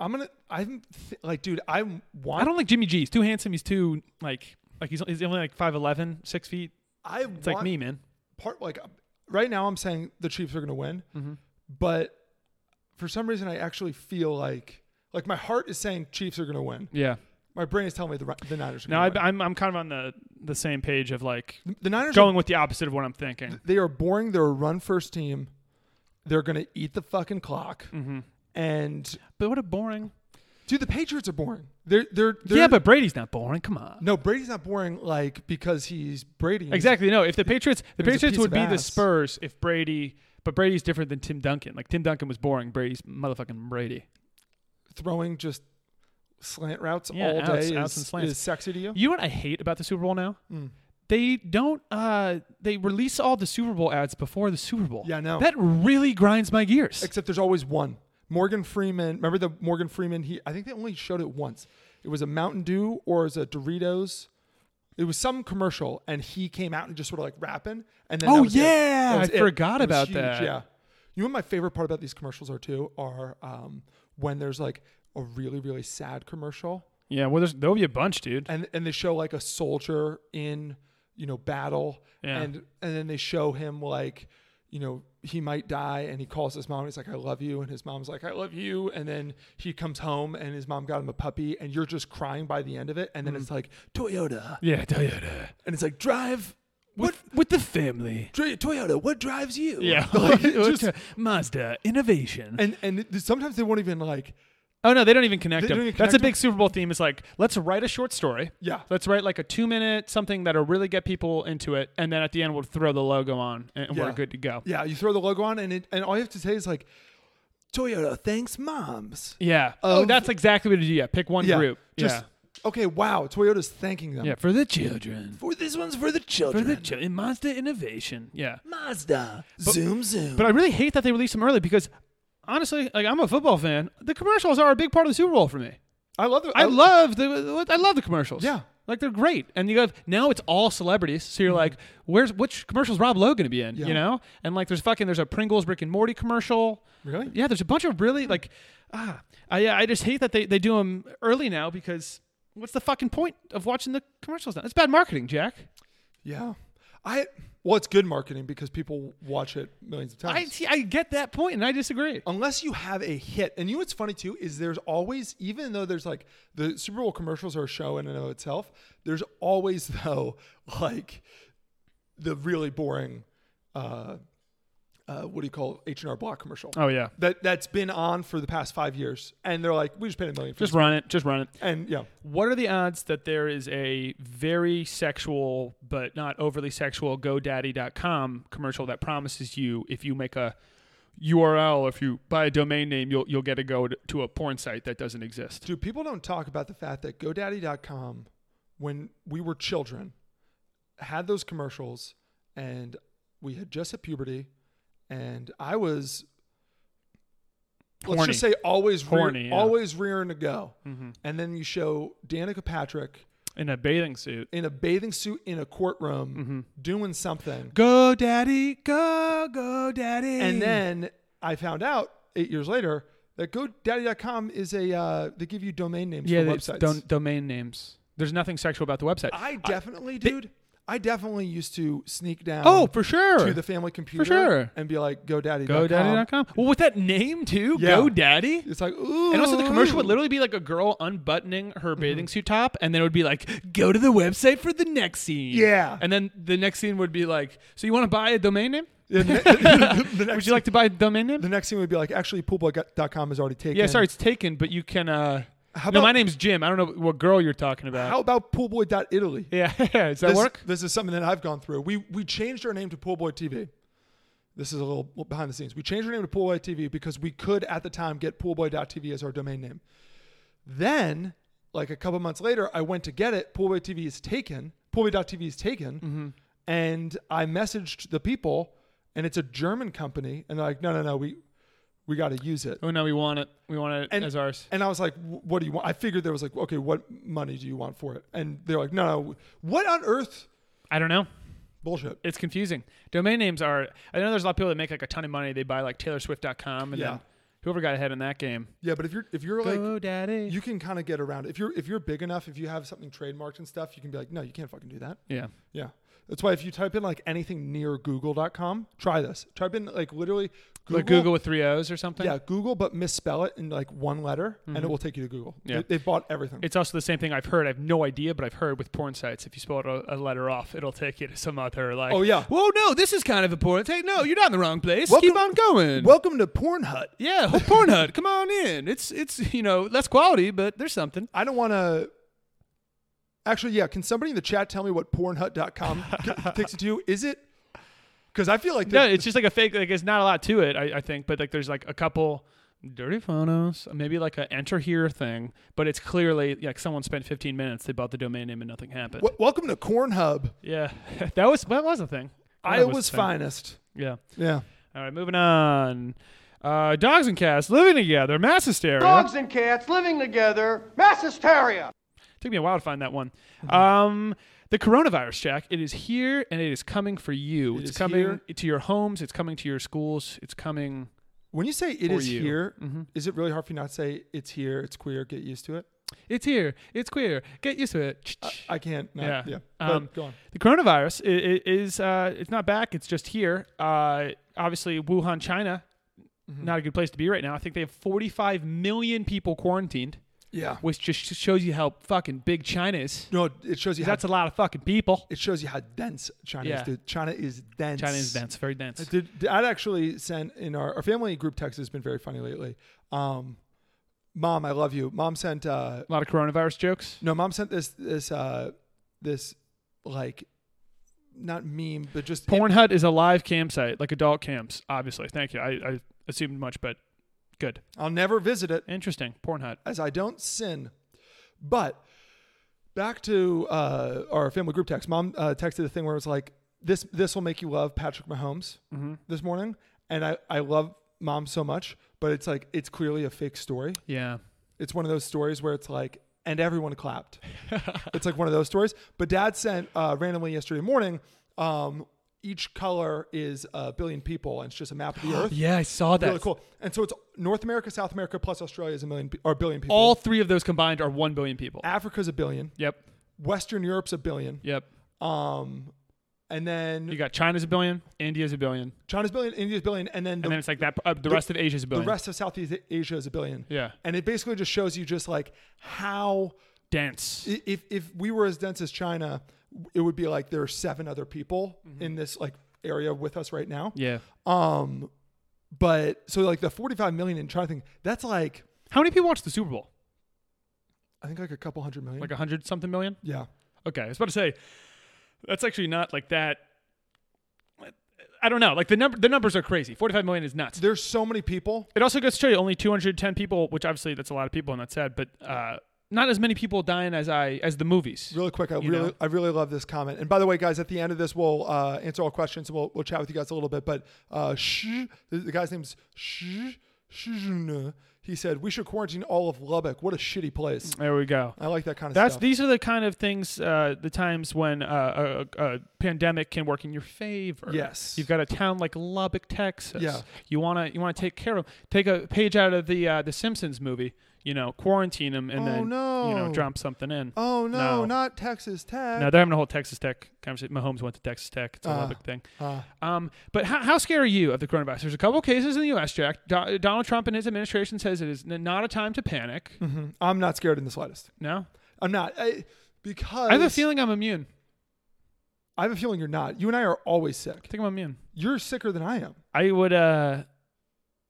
Speaker 7: I'm gonna. I'm th- like, dude. I want.
Speaker 1: I don't like Jimmy G. He's too handsome. He's too like like he's, he's only like 5'11", 6 feet.
Speaker 7: I
Speaker 1: It's like me, man.
Speaker 7: Part like uh, right now, I'm saying the Chiefs are gonna win,
Speaker 1: Mm-hmm.
Speaker 7: but for some reason, I actually feel like like my heart is saying Chiefs are gonna win.
Speaker 1: Yeah.
Speaker 7: My brain is telling me the Ra- the Niners. Are
Speaker 1: Now
Speaker 7: gonna win.
Speaker 1: I, I'm I'm kind of on the the same page of like
Speaker 7: the Niners
Speaker 1: going with the opposite of what I'm thinking.
Speaker 7: Are, they are boring. They're a run first team. They're gonna eat the fucking clock.
Speaker 1: Mm-hmm.
Speaker 7: And
Speaker 1: But what a boring.
Speaker 7: dude, the Patriots are boring. They're they're, they're
Speaker 1: yeah, but Brady's not boring. Come on.
Speaker 7: No, Brady's not boring like because he's Brady. and he's-
Speaker 1: Exactly. No, if the Patriots, the
Speaker 7: He's a
Speaker 1: Patriots
Speaker 7: piece
Speaker 1: would
Speaker 7: of
Speaker 1: be the
Speaker 7: ass.
Speaker 1: Spurs if Brady, but Brady's different than Tim Duncan. Like Tim Duncan was boring. Brady's motherfucking Brady.
Speaker 7: throwing just slant routes
Speaker 1: Yeah,
Speaker 7: all
Speaker 1: outs-
Speaker 7: day
Speaker 1: outs and
Speaker 7: is,
Speaker 1: slants.
Speaker 7: is sexy to you?
Speaker 1: You know what I hate about the Super Bowl now?
Speaker 7: Mm.
Speaker 1: They don't. Uh, they release all the Super Bowl ads before the Super Bowl.
Speaker 7: Yeah, I know.
Speaker 1: That really grinds my gears.
Speaker 7: Except there's always one. Morgan Freeman. Remember the Morgan Freeman? He I think they only showed it once. It was a Mountain Dew or it was a Doritos. It was some commercial, and he came out and just sort of like rapping. And then that
Speaker 1: Oh,
Speaker 7: was it.
Speaker 1: yeah!
Speaker 7: That was
Speaker 1: I
Speaker 7: it.
Speaker 1: forgot
Speaker 7: It was
Speaker 1: about
Speaker 7: huge,
Speaker 1: that.
Speaker 7: Yeah. You know what my favorite part about these commercials are too are um, when there's like a really really sad commercial
Speaker 1: yeah, well, there's, there'll be a bunch, dude.
Speaker 7: and and they show like a soldier in you know battle
Speaker 1: Yeah.
Speaker 7: and and then they show him like you know he might die and he calls his mom he's like i love you and his mom's like i love you and then he comes home and his mom got him a puppy and you're just crying by the end of it and
Speaker 1: Mm-hmm.
Speaker 7: then it's like toyota
Speaker 1: yeah, Toyota.
Speaker 7: and it's like drive
Speaker 1: What with the family?
Speaker 7: Dri- toyota what drives you
Speaker 1: Yeah,
Speaker 7: *laughs*
Speaker 1: *laughs*
Speaker 7: Like, it just-
Speaker 1: Mazda innovation.
Speaker 7: and and it- sometimes they won't even like
Speaker 1: oh no, they don't even connect
Speaker 7: They
Speaker 1: them.
Speaker 7: don't even
Speaker 1: That's a
Speaker 7: connect
Speaker 1: big
Speaker 7: them?
Speaker 1: Super Bowl theme. It's like let's write a short story.
Speaker 7: Yeah.
Speaker 1: let's write like a two-minute something that'll really get people into it, and then at the end we'll throw the logo on and we're
Speaker 7: Yeah.
Speaker 1: good to go.
Speaker 7: yeah you throw the logo on and it and all you have to say is like toyota thanks moms
Speaker 1: Yeah. oh,
Speaker 7: Of-
Speaker 1: that's exactly what it is. Yeah, pick one group.
Speaker 7: Just,
Speaker 1: yeah.
Speaker 7: Okay, wow. Toyota's thanking them.
Speaker 1: Yeah, for the children.
Speaker 7: For this one's for the children.
Speaker 1: children. Mazda innovation. Yeah.
Speaker 7: Mazda. zoom, zoom.
Speaker 1: But I really hate that they released them early because honestly, like I'm a football fan. The commercials are a big part of the Super Bowl for me.
Speaker 7: I love it.
Speaker 1: I love the I love the commercials.
Speaker 7: Yeah. Mm-hmm.
Speaker 1: Like they're great. And you have now it's all celebrities. So you're like, where's which commercial's Rob Lowe gonna be in? You
Speaker 7: Yeah.
Speaker 1: know? And like there's fucking there's a Pringles Rick and Morty commercial.
Speaker 7: Really?
Speaker 1: Yeah, there's a bunch of really like ah I yeah, I just hate that they, they do them early now because what's the fucking point of watching the commercials now? It's bad marketing, Jack.
Speaker 7: Yeah. I. Well, it's good marketing because people watch it millions of
Speaker 1: I
Speaker 7: times.
Speaker 1: see I get that point and I disagree.
Speaker 7: Unless you have a hit, and you know what's funny too is there's always, even though there's like the Super Bowl commercials are a show in and of itself, there's always *laughs* though like the really boring, uh, uh, what do you call H and R Block commercial?
Speaker 1: Oh yeah.
Speaker 7: that that's been on for the past five years, and they're like, we just paid a million. For
Speaker 1: Just
Speaker 7: this.
Speaker 1: run it. Just run it.
Speaker 7: and yeah,
Speaker 1: What are the odds that there is a very sexual but not overly sexual GoDaddy.com commercial that promises you if you make a URL, if you buy a domain name, you'll you'll get to go to, to a porn site that doesn't exist.
Speaker 7: dude, people don't talk about the fact that GoDaddy.com, when we were children, had those commercials, and we had just hit puberty, and I was. Let's
Speaker 1: Horny.
Speaker 7: just say always, rear-
Speaker 1: Horny, yeah. Mm-hmm.
Speaker 7: always rearing to go, and then you show Danica Patrick
Speaker 1: In a bathing suit.
Speaker 7: in a bathing suit in a courtroom
Speaker 1: Mm-hmm.
Speaker 7: doing something,
Speaker 1: Go Daddy, go go daddy.
Speaker 7: And then I found out eight years later that GoDaddy.com is a uh, they give you domain names
Speaker 1: yeah,
Speaker 7: for
Speaker 1: it's
Speaker 7: websites.
Speaker 1: don- domain names. There's nothing sexual about the website.
Speaker 7: I definitely, dude, I definitely used to sneak down.
Speaker 1: oh, for sure.
Speaker 7: To the family computer,
Speaker 1: sure.
Speaker 7: and be like GoDaddy.com.
Speaker 1: GoDaddy.com. Well, with that name too,
Speaker 7: Yeah.
Speaker 1: GoDaddy.
Speaker 7: It's like ooh,
Speaker 1: And also, the commercial
Speaker 7: *laughs*
Speaker 1: would literally be like a girl unbuttoning her bathing suit top, and then it would be like, "Go to the website for the next scene."
Speaker 7: Yeah.
Speaker 1: And then the next scene would be like, "So you want to buy a domain name?
Speaker 7: And the- the, next,
Speaker 1: Would you like to buy a domain name?"
Speaker 7: The next thing would be like, actually, poolboy.com is already taken.
Speaker 1: yeah, sorry, it's taken, but you can. uh
Speaker 7: How
Speaker 1: No,
Speaker 7: about-
Speaker 1: my name's Jim. I don't know what girl you're talking about.
Speaker 7: How about poolboy.italy?
Speaker 1: yeah, *laughs* does that
Speaker 7: this,
Speaker 1: work?
Speaker 7: This is something that I've gone through. We we changed our name to Poolboy TV. This is a little behind the scenes. We changed our name to Poolboy TV because we could at the time get poolboy.tv as our domain name. Then, like a couple months later, I went to get it. Poolboy TV is taken. Poolboy.tv is taken.
Speaker 1: Mm-hmm.
Speaker 7: And I messaged the people, and it's a German company, and they're like, no, no, no, we we got to use it.
Speaker 1: oh no, we want it. We want it
Speaker 7: And-
Speaker 1: as ours.
Speaker 7: And I was like, "Wh- "What do you want?" I figured there was like, "Okay, what money do you want for it?" And they're like, "No, no, what on earth?
Speaker 1: I don't know.
Speaker 7: Bullshit."
Speaker 1: It's confusing. Domain names are. I know there's a lot of people that make like a ton of money. They buy like TaylorSwift.com, and
Speaker 7: Yeah.
Speaker 1: then whoever got ahead in that game.
Speaker 7: Yeah, but if you're if you're like
Speaker 1: GoDaddy.
Speaker 7: you can kind of get around it. if you're if you're big enough if you have something trademarked and stuff you can be like no you can't fucking do that.
Speaker 1: yeah.
Speaker 7: Yeah. That's why if you type in like anything near google.com, try this. Type in like literally Google,
Speaker 1: Like Google with three O's or something. Mm-hmm.
Speaker 7: Yeah, Google but misspell it in like one letter and it will take you to Google.
Speaker 1: Yeah.
Speaker 7: They, have bought everything.
Speaker 1: It's also the same thing I've heard. I have no idea, but I've heard with porn sites, if you spell a, a letter off, it'll take you to some other like.
Speaker 7: Oh, yeah.
Speaker 1: Whoa, no, this is kind of a porn. Hey, no, you're not in the wrong place.
Speaker 7: Welcome-
Speaker 1: Keep on going.
Speaker 7: Welcome to Pornhut.
Speaker 1: yeah, porn hut. Come on in. It's it's you know less quality, but there's something.
Speaker 7: I don't want to Actually, yeah, can somebody in the chat tell me
Speaker 1: *laughs*
Speaker 7: what pornhut.com t- takes you to? Is it Cuz I feel like
Speaker 1: No,
Speaker 7: the-
Speaker 1: it's just like a fake. Like it's not a lot to it, I, I think. But like there's like a couple Dirty Phonos. Maybe like a enter here thing, but it's clearly like someone spent 15 minutes. They bought the domain name and nothing happened.
Speaker 7: W- welcome to Corn Hub,
Speaker 1: Yeah, *laughs* that was that was a thing. That a
Speaker 7: Iowa's
Speaker 1: thing.
Speaker 7: finest.
Speaker 1: Yeah.
Speaker 7: Yeah.
Speaker 1: All right, moving on. Uh, dogs and cats living together. Mass hysteria. Dogs and cats living together. Mass hysteria. Took me a while to find that one. Um, the coronavirus, Jack. It is here and it is coming for you. it's
Speaker 7: is
Speaker 1: coming
Speaker 7: here.
Speaker 1: to your homes. It's coming to your schools. It's coming.
Speaker 7: When you say it
Speaker 1: For
Speaker 7: is
Speaker 1: you. Mm-hmm.
Speaker 7: here, is it really hard for you not to say it's here, it's queer, get used to it?
Speaker 1: It's here. It's queer. Get used to it.
Speaker 7: I can't. Not, yeah.
Speaker 1: yeah.
Speaker 7: But
Speaker 1: Um,
Speaker 7: go on.
Speaker 1: The coronavirus is, is uh, it's not back. It's just here. Uh, obviously, Wuhan, China,
Speaker 7: Mm-hmm.
Speaker 1: not a good place to be right now. I think they have 45 million people quarantined,
Speaker 7: Yeah.
Speaker 1: which just shows you how fucking big China is.
Speaker 7: No, it shows you how
Speaker 1: That's a lot of fucking people.
Speaker 7: it shows you how dense China
Speaker 1: Yeah.
Speaker 7: is. Dude. China is dense.
Speaker 1: China is dense, very dense.
Speaker 7: Did, did I'd actually sent in our, our family group text has been very funny lately. Um, mom, I love you. Mom sent uh,
Speaker 1: A lot of coronavirus jokes.
Speaker 7: no, mom sent this this uh, this like not meme, but just
Speaker 1: Porn Hut is a live campsite, like adult camps, obviously. Thank you. I, I assumed much, but good.
Speaker 7: I'll never visit it.
Speaker 1: Interesting. Porn Hut.
Speaker 7: as I don't sin. But back to uh, our family group text. Mom uh, texted a thing where it was like, "This this will make you love Patrick Mahomes this morning," and I I love mom so much, but it's like it's clearly a fake story.
Speaker 1: Yeah.
Speaker 7: It's one of those stories where it's like, and everyone clapped. it's like one of those stories. But dad sent uh, randomly yesterday morning. Um, each color is a billion people, and it's just a map of the earth.
Speaker 1: Yeah, I saw that.
Speaker 7: Really cool. And so it's North America, South America, plus Australia is a million pe- or a billion people.
Speaker 1: All three of those combined are 1 billion people.
Speaker 7: Africa's a billion.
Speaker 1: Yep.
Speaker 7: Western Europe's a billion.
Speaker 1: Yep.
Speaker 7: Um, and then
Speaker 1: You got China's a billion, India's a billion,
Speaker 7: China's a billion, India's a billion, and then the,
Speaker 1: and then it's like that. Uh, the, rest of Asia's a
Speaker 7: the
Speaker 1: billion.
Speaker 7: rest of Southeast Asia is a billion.
Speaker 1: Yeah.
Speaker 7: And it basically just shows you just like how
Speaker 1: dense.
Speaker 7: i- if if we were as dense as China, it would be like there are seven other people in this like area with us right now.
Speaker 1: Mm-hmm. yeah.
Speaker 7: Um, but so like the 45 million in China thing, that's like
Speaker 1: How many people watch the Super Bowl?
Speaker 7: I think like a couple hundred million.
Speaker 1: Like a hundred something million.
Speaker 7: yeah.
Speaker 1: Okay, I was about to say that's actually not like that. I don't know. Like the number, the numbers are crazy. Forty-five million is nuts.
Speaker 7: There's so many people.
Speaker 1: It also goes to show you only two hundred ten people, which obviously that's a lot of people and that's sad, but uh, not as many people dying as I as the movies.
Speaker 7: Really quick, I
Speaker 1: you
Speaker 7: really,
Speaker 1: know?
Speaker 7: I really love this comment. And by the way, guys, at the end of this, we'll uh, answer all questions. and We'll, we'll chat with you guys a little bit. But uh, Sh, the, the guy's name's Sh, Shijun. He said we should quarantine all of Lubbock. What a shitty place.
Speaker 1: There we go.
Speaker 7: I like that kind of
Speaker 1: That's
Speaker 7: stuff.
Speaker 1: these are the kind of things, uh, the times when uh, a, a pandemic can work in your favor.
Speaker 7: Yes.
Speaker 1: you've got a town like Lubbock, Texas.
Speaker 7: Yeah.
Speaker 1: you wanna you wanna take care of take a page out of the uh, the Simpsons movie. You know, quarantine them and
Speaker 7: Oh,
Speaker 1: then you know
Speaker 7: no.
Speaker 1: drop something in.
Speaker 7: oh no,
Speaker 1: No.
Speaker 7: not Texas Tech.
Speaker 1: No, they're having a whole Texas Tech conversation. Mahomes went to Texas Tech. It's a
Speaker 7: Ah.
Speaker 1: Lubbock thing.
Speaker 7: Uh,
Speaker 1: Um, but how, how scared are you of the coronavirus? There's a couple cases in the U.S. Jack Do- Donald Trump and his administration says it is n- not a time to panic.
Speaker 7: Mm-hmm. I'm not scared in the slightest.
Speaker 1: No,
Speaker 7: I'm not I, because
Speaker 1: I have a feeling I'm immune.
Speaker 7: I have a feeling you're not. You and I are always
Speaker 1: I
Speaker 7: sick.
Speaker 1: think I'm immune.
Speaker 7: You're sicker than I am.
Speaker 1: I would. uh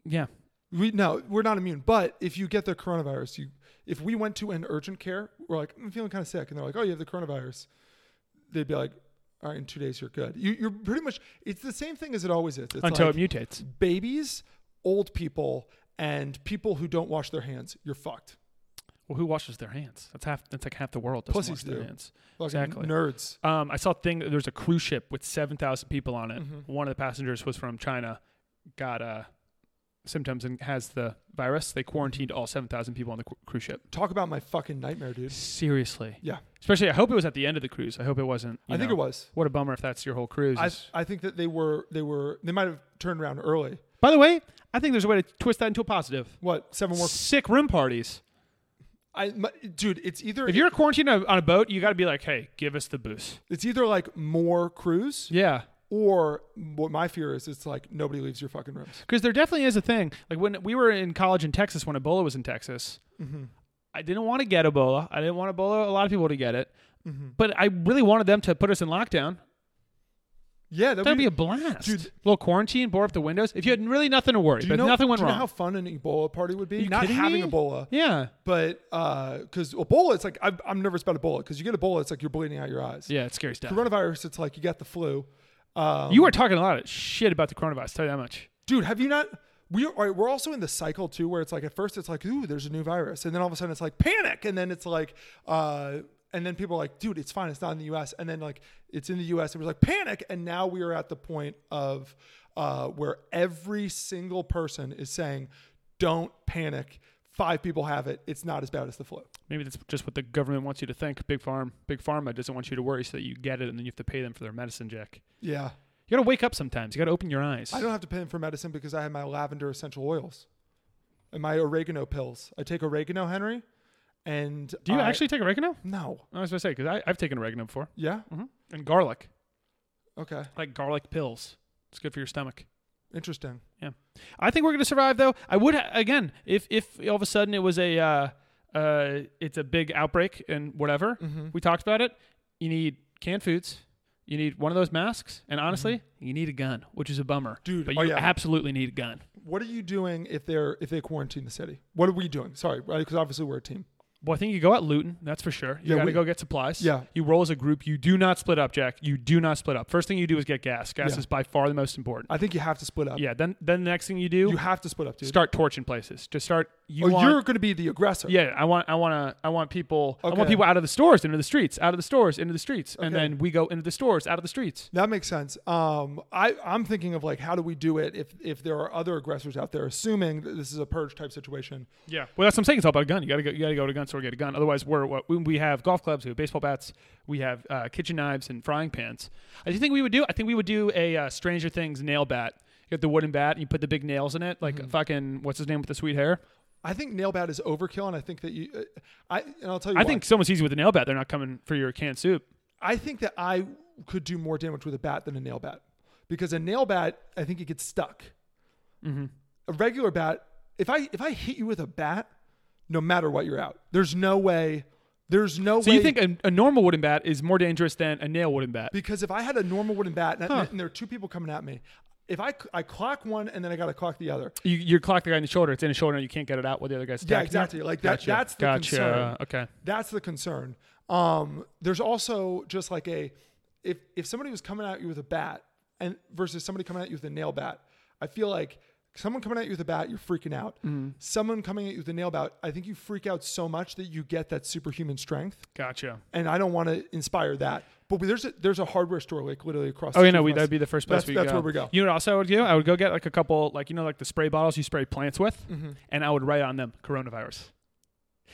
Speaker 1: Yeah.
Speaker 7: We no, we're not immune. But if you get the coronavirus, you if we went to an urgent care, we're like, I'm feeling kind of sick, and they're like, Oh, you have the coronavirus. They'd be like, All right, in two days you're good. You, you're pretty much. It's the same thing as it always is. It's
Speaker 1: until
Speaker 7: like
Speaker 1: it mutates.
Speaker 7: babies, old people, and people who don't wash their hands. You're fucked.
Speaker 1: Well, who washes their hands? That's half. That's like half the world. Doesn't wash
Speaker 7: Pussies
Speaker 1: their
Speaker 7: do.
Speaker 1: hands.
Speaker 7: Fucking
Speaker 1: Exactly.
Speaker 7: Nerds.
Speaker 1: Um, I saw a thing. There's a cruise ship with seven thousand people on it.
Speaker 7: Mm-hmm.
Speaker 1: One of the passengers was from China, got uh, symptoms and has the virus.
Speaker 7: Mm-hmm.
Speaker 1: They quarantined all seven thousand people on the cru- cruise ship.
Speaker 7: Talk about my fucking nightmare, dude.
Speaker 1: Seriously.
Speaker 7: Yeah.
Speaker 1: Especially, I hope it was at the end of the cruise. I hope it wasn't. you
Speaker 7: I think
Speaker 1: know.
Speaker 7: it was.
Speaker 1: What a bummer if that's your whole cruise.
Speaker 7: I,
Speaker 1: It's-
Speaker 7: I think that they were they were they might have turned around early.
Speaker 1: By the way, I think there's a way to twist that into a positive.
Speaker 7: What seven more?
Speaker 1: Sick room parties.
Speaker 7: I, my, dude, it's either
Speaker 1: If you're quarantined on on a boat, you got to be like, hey, give us the boost.
Speaker 7: it's either like more cruise
Speaker 1: Yeah.
Speaker 7: Or what my fear is, it's like nobody leaves your fucking rooms.
Speaker 1: Because there definitely is a thing. Like when we were in college in Texas, when Ebola was in Texas,
Speaker 7: Mm-hmm.
Speaker 1: I didn't want to get Ebola. I didn't want Ebola. A lot of people to get it,
Speaker 7: Mm-hmm.
Speaker 1: but I really wanted them to put us in lockdown.
Speaker 7: Yeah, that
Speaker 1: That'd be a blast.
Speaker 7: Dude.
Speaker 1: little quarantine, board up the windows. If you had really nothing to worry,
Speaker 7: Do
Speaker 1: but
Speaker 7: you know,
Speaker 1: nothing went
Speaker 7: do you
Speaker 1: wrong.
Speaker 7: Know how fun an Ebola party would be?
Speaker 1: you
Speaker 7: Not
Speaker 1: kidding
Speaker 7: having
Speaker 1: me?
Speaker 7: Ebola,
Speaker 1: yeah,
Speaker 7: but because Ebola, it's like I'm, I'm nervous about Ebola because you get Ebola, it's like you're bleeding out your eyes.
Speaker 1: yeah, it's scary stuff.
Speaker 7: Coronavirus, it's like you got the flu. Um,
Speaker 1: you are talking a lot of shit about the coronavirus. Tell you that much.
Speaker 7: dude, have you not? we are we're also in the cycle too, where it's like at first it's like, ooh, there's a new virus, and then all of a sudden it's like panic, and then it's like, uh, and then people are like, dude, it's fine, it's not in the U.S., and then like it's in the U.S. and we're like panic, and now we are at the point of uh, where every single person is saying, don't panic. Five people have it. It's not as bad as the flu.
Speaker 1: Maybe that's just what the government wants you to think. Big farm, big pharma doesn't want you to worry, so that you get it, and then you have to pay them for their medicine, Jack.
Speaker 7: Yeah.
Speaker 1: You gotta wake up sometimes. You gotta open your eyes.
Speaker 7: I don't have to pay them for medicine because I have my lavender essential oils and my oregano pills. I take oregano, Henry, and
Speaker 1: Do you
Speaker 7: I-
Speaker 1: actually take oregano?
Speaker 7: No.
Speaker 1: I was gonna say because I've taken oregano before,
Speaker 7: Yeah.
Speaker 1: and garlic, Mm-hmm.
Speaker 7: Okay.
Speaker 1: like garlic pills. It's good for your stomach.
Speaker 7: Interesting.
Speaker 1: Yeah, I think we're gonna survive though. I would ha- again if if all of a sudden it was a uh, uh, it's a big outbreak and whatever
Speaker 7: Mm-hmm.
Speaker 1: we talked about it. You need canned foods. You need one of those masks, and honestly, you need a gun, which is a bummer,
Speaker 7: Mm-hmm. Dude,
Speaker 1: But you
Speaker 7: oh, yeah.
Speaker 1: absolutely need a gun.
Speaker 7: What are you doing if they're if they quarantine the city? What are we doing? Sorry, because obviously we're a team.
Speaker 1: Well, I think you go out looting. That's for sure. You
Speaker 7: Yeah,
Speaker 1: gotta
Speaker 7: we-
Speaker 1: go get supplies.
Speaker 7: Yeah.
Speaker 1: You roll as a group. You do not split up, Jack. You do not split up. First thing you do is get gas. Gas
Speaker 7: Yeah.
Speaker 1: is by far the most important.
Speaker 7: I think you have to split up.
Speaker 1: yeah. Then then the next thing you do,
Speaker 7: You have to split up, dude.
Speaker 1: start torching places. Just start. You
Speaker 7: Or
Speaker 1: want,
Speaker 7: you're going to be the aggressor.
Speaker 1: Yeah, I want, I want to, I want people, I want
Speaker 7: Okay.
Speaker 1: people out of the stores, into the streets, out of the stores, into the streets, and
Speaker 7: Okay.
Speaker 1: then we go into the stores, out of the streets.
Speaker 7: That makes sense. Um, I, I'm thinking of like, how do we do it if, if there are other aggressors out there, assuming that this is a purge type situation?
Speaker 1: Yeah, well, that's what I'm saying. It's all about a gun. You gotta go, you gotta go to a gun store, get a gun. Otherwise, we're what we- we have golf clubs, we have baseball bats, we have uh, kitchen knives and frying pans. I do think we would do. I think we would do a uh, Stranger Things nail bat. You get the wooden bat, and you put the big nails in it, like
Speaker 7: Mm-hmm.
Speaker 1: fucking what's his name with the sweet hair.
Speaker 7: I think nail bat is overkill, and I think that you, uh, I and I'll tell you,
Speaker 1: I
Speaker 7: why.
Speaker 1: think someone sees you with a nail bat, they're not coming for your canned soup.
Speaker 7: I think that I could do more damage with a bat than a nail bat because a nail bat, I think it gets stuck.
Speaker 1: Mm-hmm.
Speaker 7: A regular bat, if I if I hit you with a bat, no matter what, you're out. There's no way. There's no
Speaker 1: So
Speaker 7: way.
Speaker 1: you think a, a normal wooden bat is more dangerous than a nail wooden bat?
Speaker 7: because if I had a normal wooden bat and, I- and there are two people coming at me, if I c- I clock one and then I got to clock the other.
Speaker 1: You, you clock the guy in the shoulder. It's in his shoulder, and you can't get it out while the other guy's.
Speaker 7: Yeah,
Speaker 1: attacking you.
Speaker 7: exactly. Like that.
Speaker 1: Gotcha.
Speaker 7: That's the
Speaker 1: gotcha.
Speaker 7: concern.
Speaker 1: Okay.
Speaker 7: That's the concern. Um, there's also just like a if if somebody was coming at you with a bat and versus somebody coming at you with a nail bat, I feel like someone coming at you with a bat, you're freaking out.
Speaker 1: Mm-hmm.
Speaker 7: Someone coming at you with a nail bat, I think you freak out so much that you get that superhuman strength.
Speaker 1: Gotcha.
Speaker 7: And I don't want to inspire that. But we- there's a there's a hardware store like literally across.
Speaker 1: Oh
Speaker 7: the
Speaker 1: yeah,
Speaker 7: street
Speaker 1: no, we,
Speaker 7: from us.
Speaker 1: that'd be the first place
Speaker 7: That's,
Speaker 1: we
Speaker 7: that's
Speaker 1: go.
Speaker 7: where we go.
Speaker 1: You know what else I would do? I would go get like a couple, like you know, like the spray bottles you spray plants with,
Speaker 7: Mm-hmm.
Speaker 1: and I would write on them coronavirus,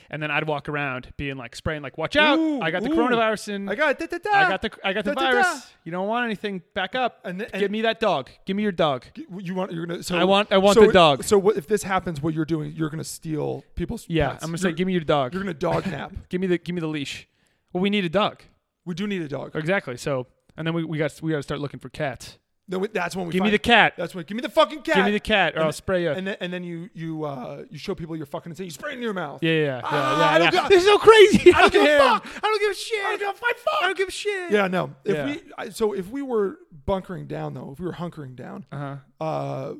Speaker 1: and then I'd walk around being like spraying, like watch out,
Speaker 7: Ooh,
Speaker 1: I got the
Speaker 7: ooh.
Speaker 1: coronavirus, and
Speaker 7: I got da, da, da,
Speaker 1: I got the, I got the
Speaker 7: da, da,
Speaker 1: virus.
Speaker 7: da.
Speaker 1: You don't want anything. Back up
Speaker 7: And
Speaker 1: and,
Speaker 7: the- and-
Speaker 1: give me that dog. Give me your dog.
Speaker 7: You want you're gonna. So
Speaker 1: I want- I want
Speaker 7: so
Speaker 1: the
Speaker 7: it-
Speaker 1: dog.
Speaker 7: So what, if this happens, what you're doing, you're gonna steal people's.
Speaker 1: Yeah,
Speaker 7: pets.
Speaker 1: I'm gonna
Speaker 7: You're-
Speaker 1: say, give me your dog.
Speaker 7: You're gonna dog nap.
Speaker 1: give me the give me the leash. Well, we need a dog.
Speaker 7: we do need a dog.
Speaker 1: Exactly. So, and then we, we got we got to start looking for cats.
Speaker 7: Then we, that's when we
Speaker 1: Give me
Speaker 7: find-
Speaker 1: the cat.
Speaker 7: That's when give me the fucking cat.
Speaker 1: Give me the cat, or
Speaker 7: And
Speaker 1: I'll
Speaker 7: then-
Speaker 1: spray you.
Speaker 7: And then and then you you uh you show people your fucking insane. You spray it in your mouth.
Speaker 1: yeah, yeah, yeah.
Speaker 7: Ah,
Speaker 1: yeah,
Speaker 7: I
Speaker 1: yeah,
Speaker 7: don't
Speaker 1: yeah.
Speaker 7: give-
Speaker 1: This is so crazy.
Speaker 7: I don't give a fuck.
Speaker 1: *laughs* I don't give a shit. I don't give a fuck. I don't give a shit.
Speaker 7: Yeah, no. If
Speaker 1: Yeah.
Speaker 7: we I, so if we were bunkering down though, if we were hunkering down,
Speaker 1: Uh-huh.
Speaker 7: uh,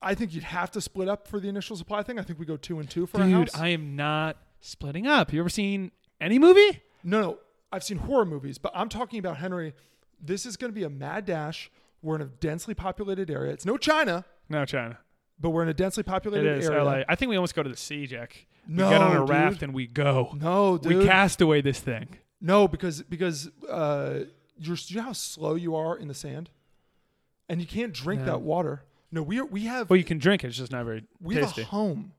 Speaker 7: I think you'd have to split up for the initial supply thing. I think we go two and two for a
Speaker 1: Dude,
Speaker 7: house.
Speaker 1: I am not splitting up. You ever seen any movie?
Speaker 7: No, no. I've seen horror movies, but I'm talking about Henry. This is going to be a mad dash. We're in a densely populated area. It's no China,
Speaker 1: No, China.
Speaker 7: but we're in a densely
Speaker 1: It
Speaker 7: populated
Speaker 1: is
Speaker 7: area.
Speaker 1: LA. I think we almost go to the sea, Jack.
Speaker 7: No,
Speaker 1: we get on a
Speaker 7: dude.
Speaker 1: raft and we go.
Speaker 7: No, dude.
Speaker 1: We cast away this thing.
Speaker 7: No, because because uh, you're, do you know how slow you are in the sand, and you can't drink that water. No, we are, we have
Speaker 1: Well, you can drink it. It's just not very
Speaker 7: we have
Speaker 1: tasty.
Speaker 7: a home.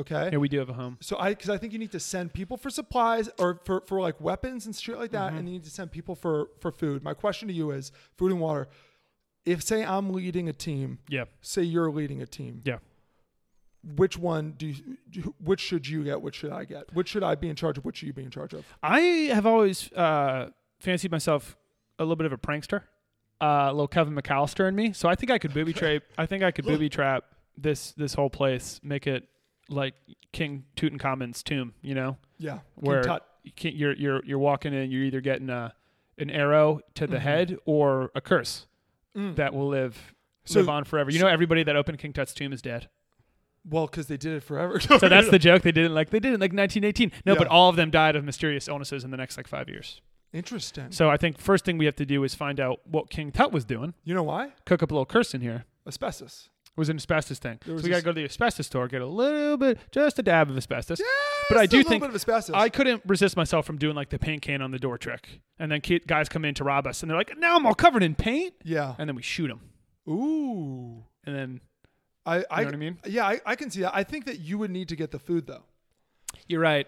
Speaker 7: Okay.
Speaker 1: yeah, we do have a home.
Speaker 7: so I because I think you need to send people for supplies or for, for like weapons and shit like that,
Speaker 1: Mm-hmm.
Speaker 7: and you need to send people for for food. My question to you is food and water. If say I'm leading a team,
Speaker 1: Yeah.
Speaker 7: say you're leading a team.
Speaker 1: Yeah.
Speaker 7: Which one do you, do- which should you get? Which should I get? Which should I be in charge of? Which should you be in charge of?
Speaker 1: I have always uh, fancied myself a little bit of a prankster, uh, a little Kevin McAllister in me. So I think I could booby
Speaker 7: *laughs*
Speaker 1: trap. I think I could booby trap this this whole place, make it like King Tutankhamun's tomb. You know,
Speaker 7: Yeah.
Speaker 1: where
Speaker 7: Tut.
Speaker 1: you can't, you're you're you're walking in, you're either getting a an arrow to
Speaker 7: Mm-hmm.
Speaker 1: the head or a curse that will live.
Speaker 7: Mm. So-
Speaker 1: live on forever. You know, everybody that opened King Tut's tomb is
Speaker 7: *laughs*
Speaker 1: dead.
Speaker 7: Well, because they did it forever.
Speaker 1: So
Speaker 7: *laughs*
Speaker 1: that's the joke. They didn't like. They didn't like 1918. No,
Speaker 7: Yeah.
Speaker 1: but all of them died of mysterious illnesses in the next like five years.
Speaker 7: interesting.
Speaker 1: So I think first thing we have to do is find out what King Tut was doing,
Speaker 7: You know why?
Speaker 1: cook up a little curse in here.
Speaker 7: Asbestos.
Speaker 1: It was an asbestos thing. So we
Speaker 7: was
Speaker 1: got to
Speaker 7: this-
Speaker 1: go to the asbestos store, get a little bit, just a dab of asbestos. but
Speaker 7: Just
Speaker 1: I
Speaker 7: a
Speaker 1: do
Speaker 7: little
Speaker 1: think
Speaker 7: bit of asbestos.
Speaker 1: I couldn't resist myself from doing like the paint can on the door trick. And then ki guys come in to rob us, and they're like, "Now I'm all covered in paint."
Speaker 7: Yeah.
Speaker 1: And then we shoot them,
Speaker 7: Ooh.
Speaker 1: and then
Speaker 7: I, I,
Speaker 1: what I mean?
Speaker 7: Yeah, I, I can see that. I think that you would need to get the food though,
Speaker 1: you're right.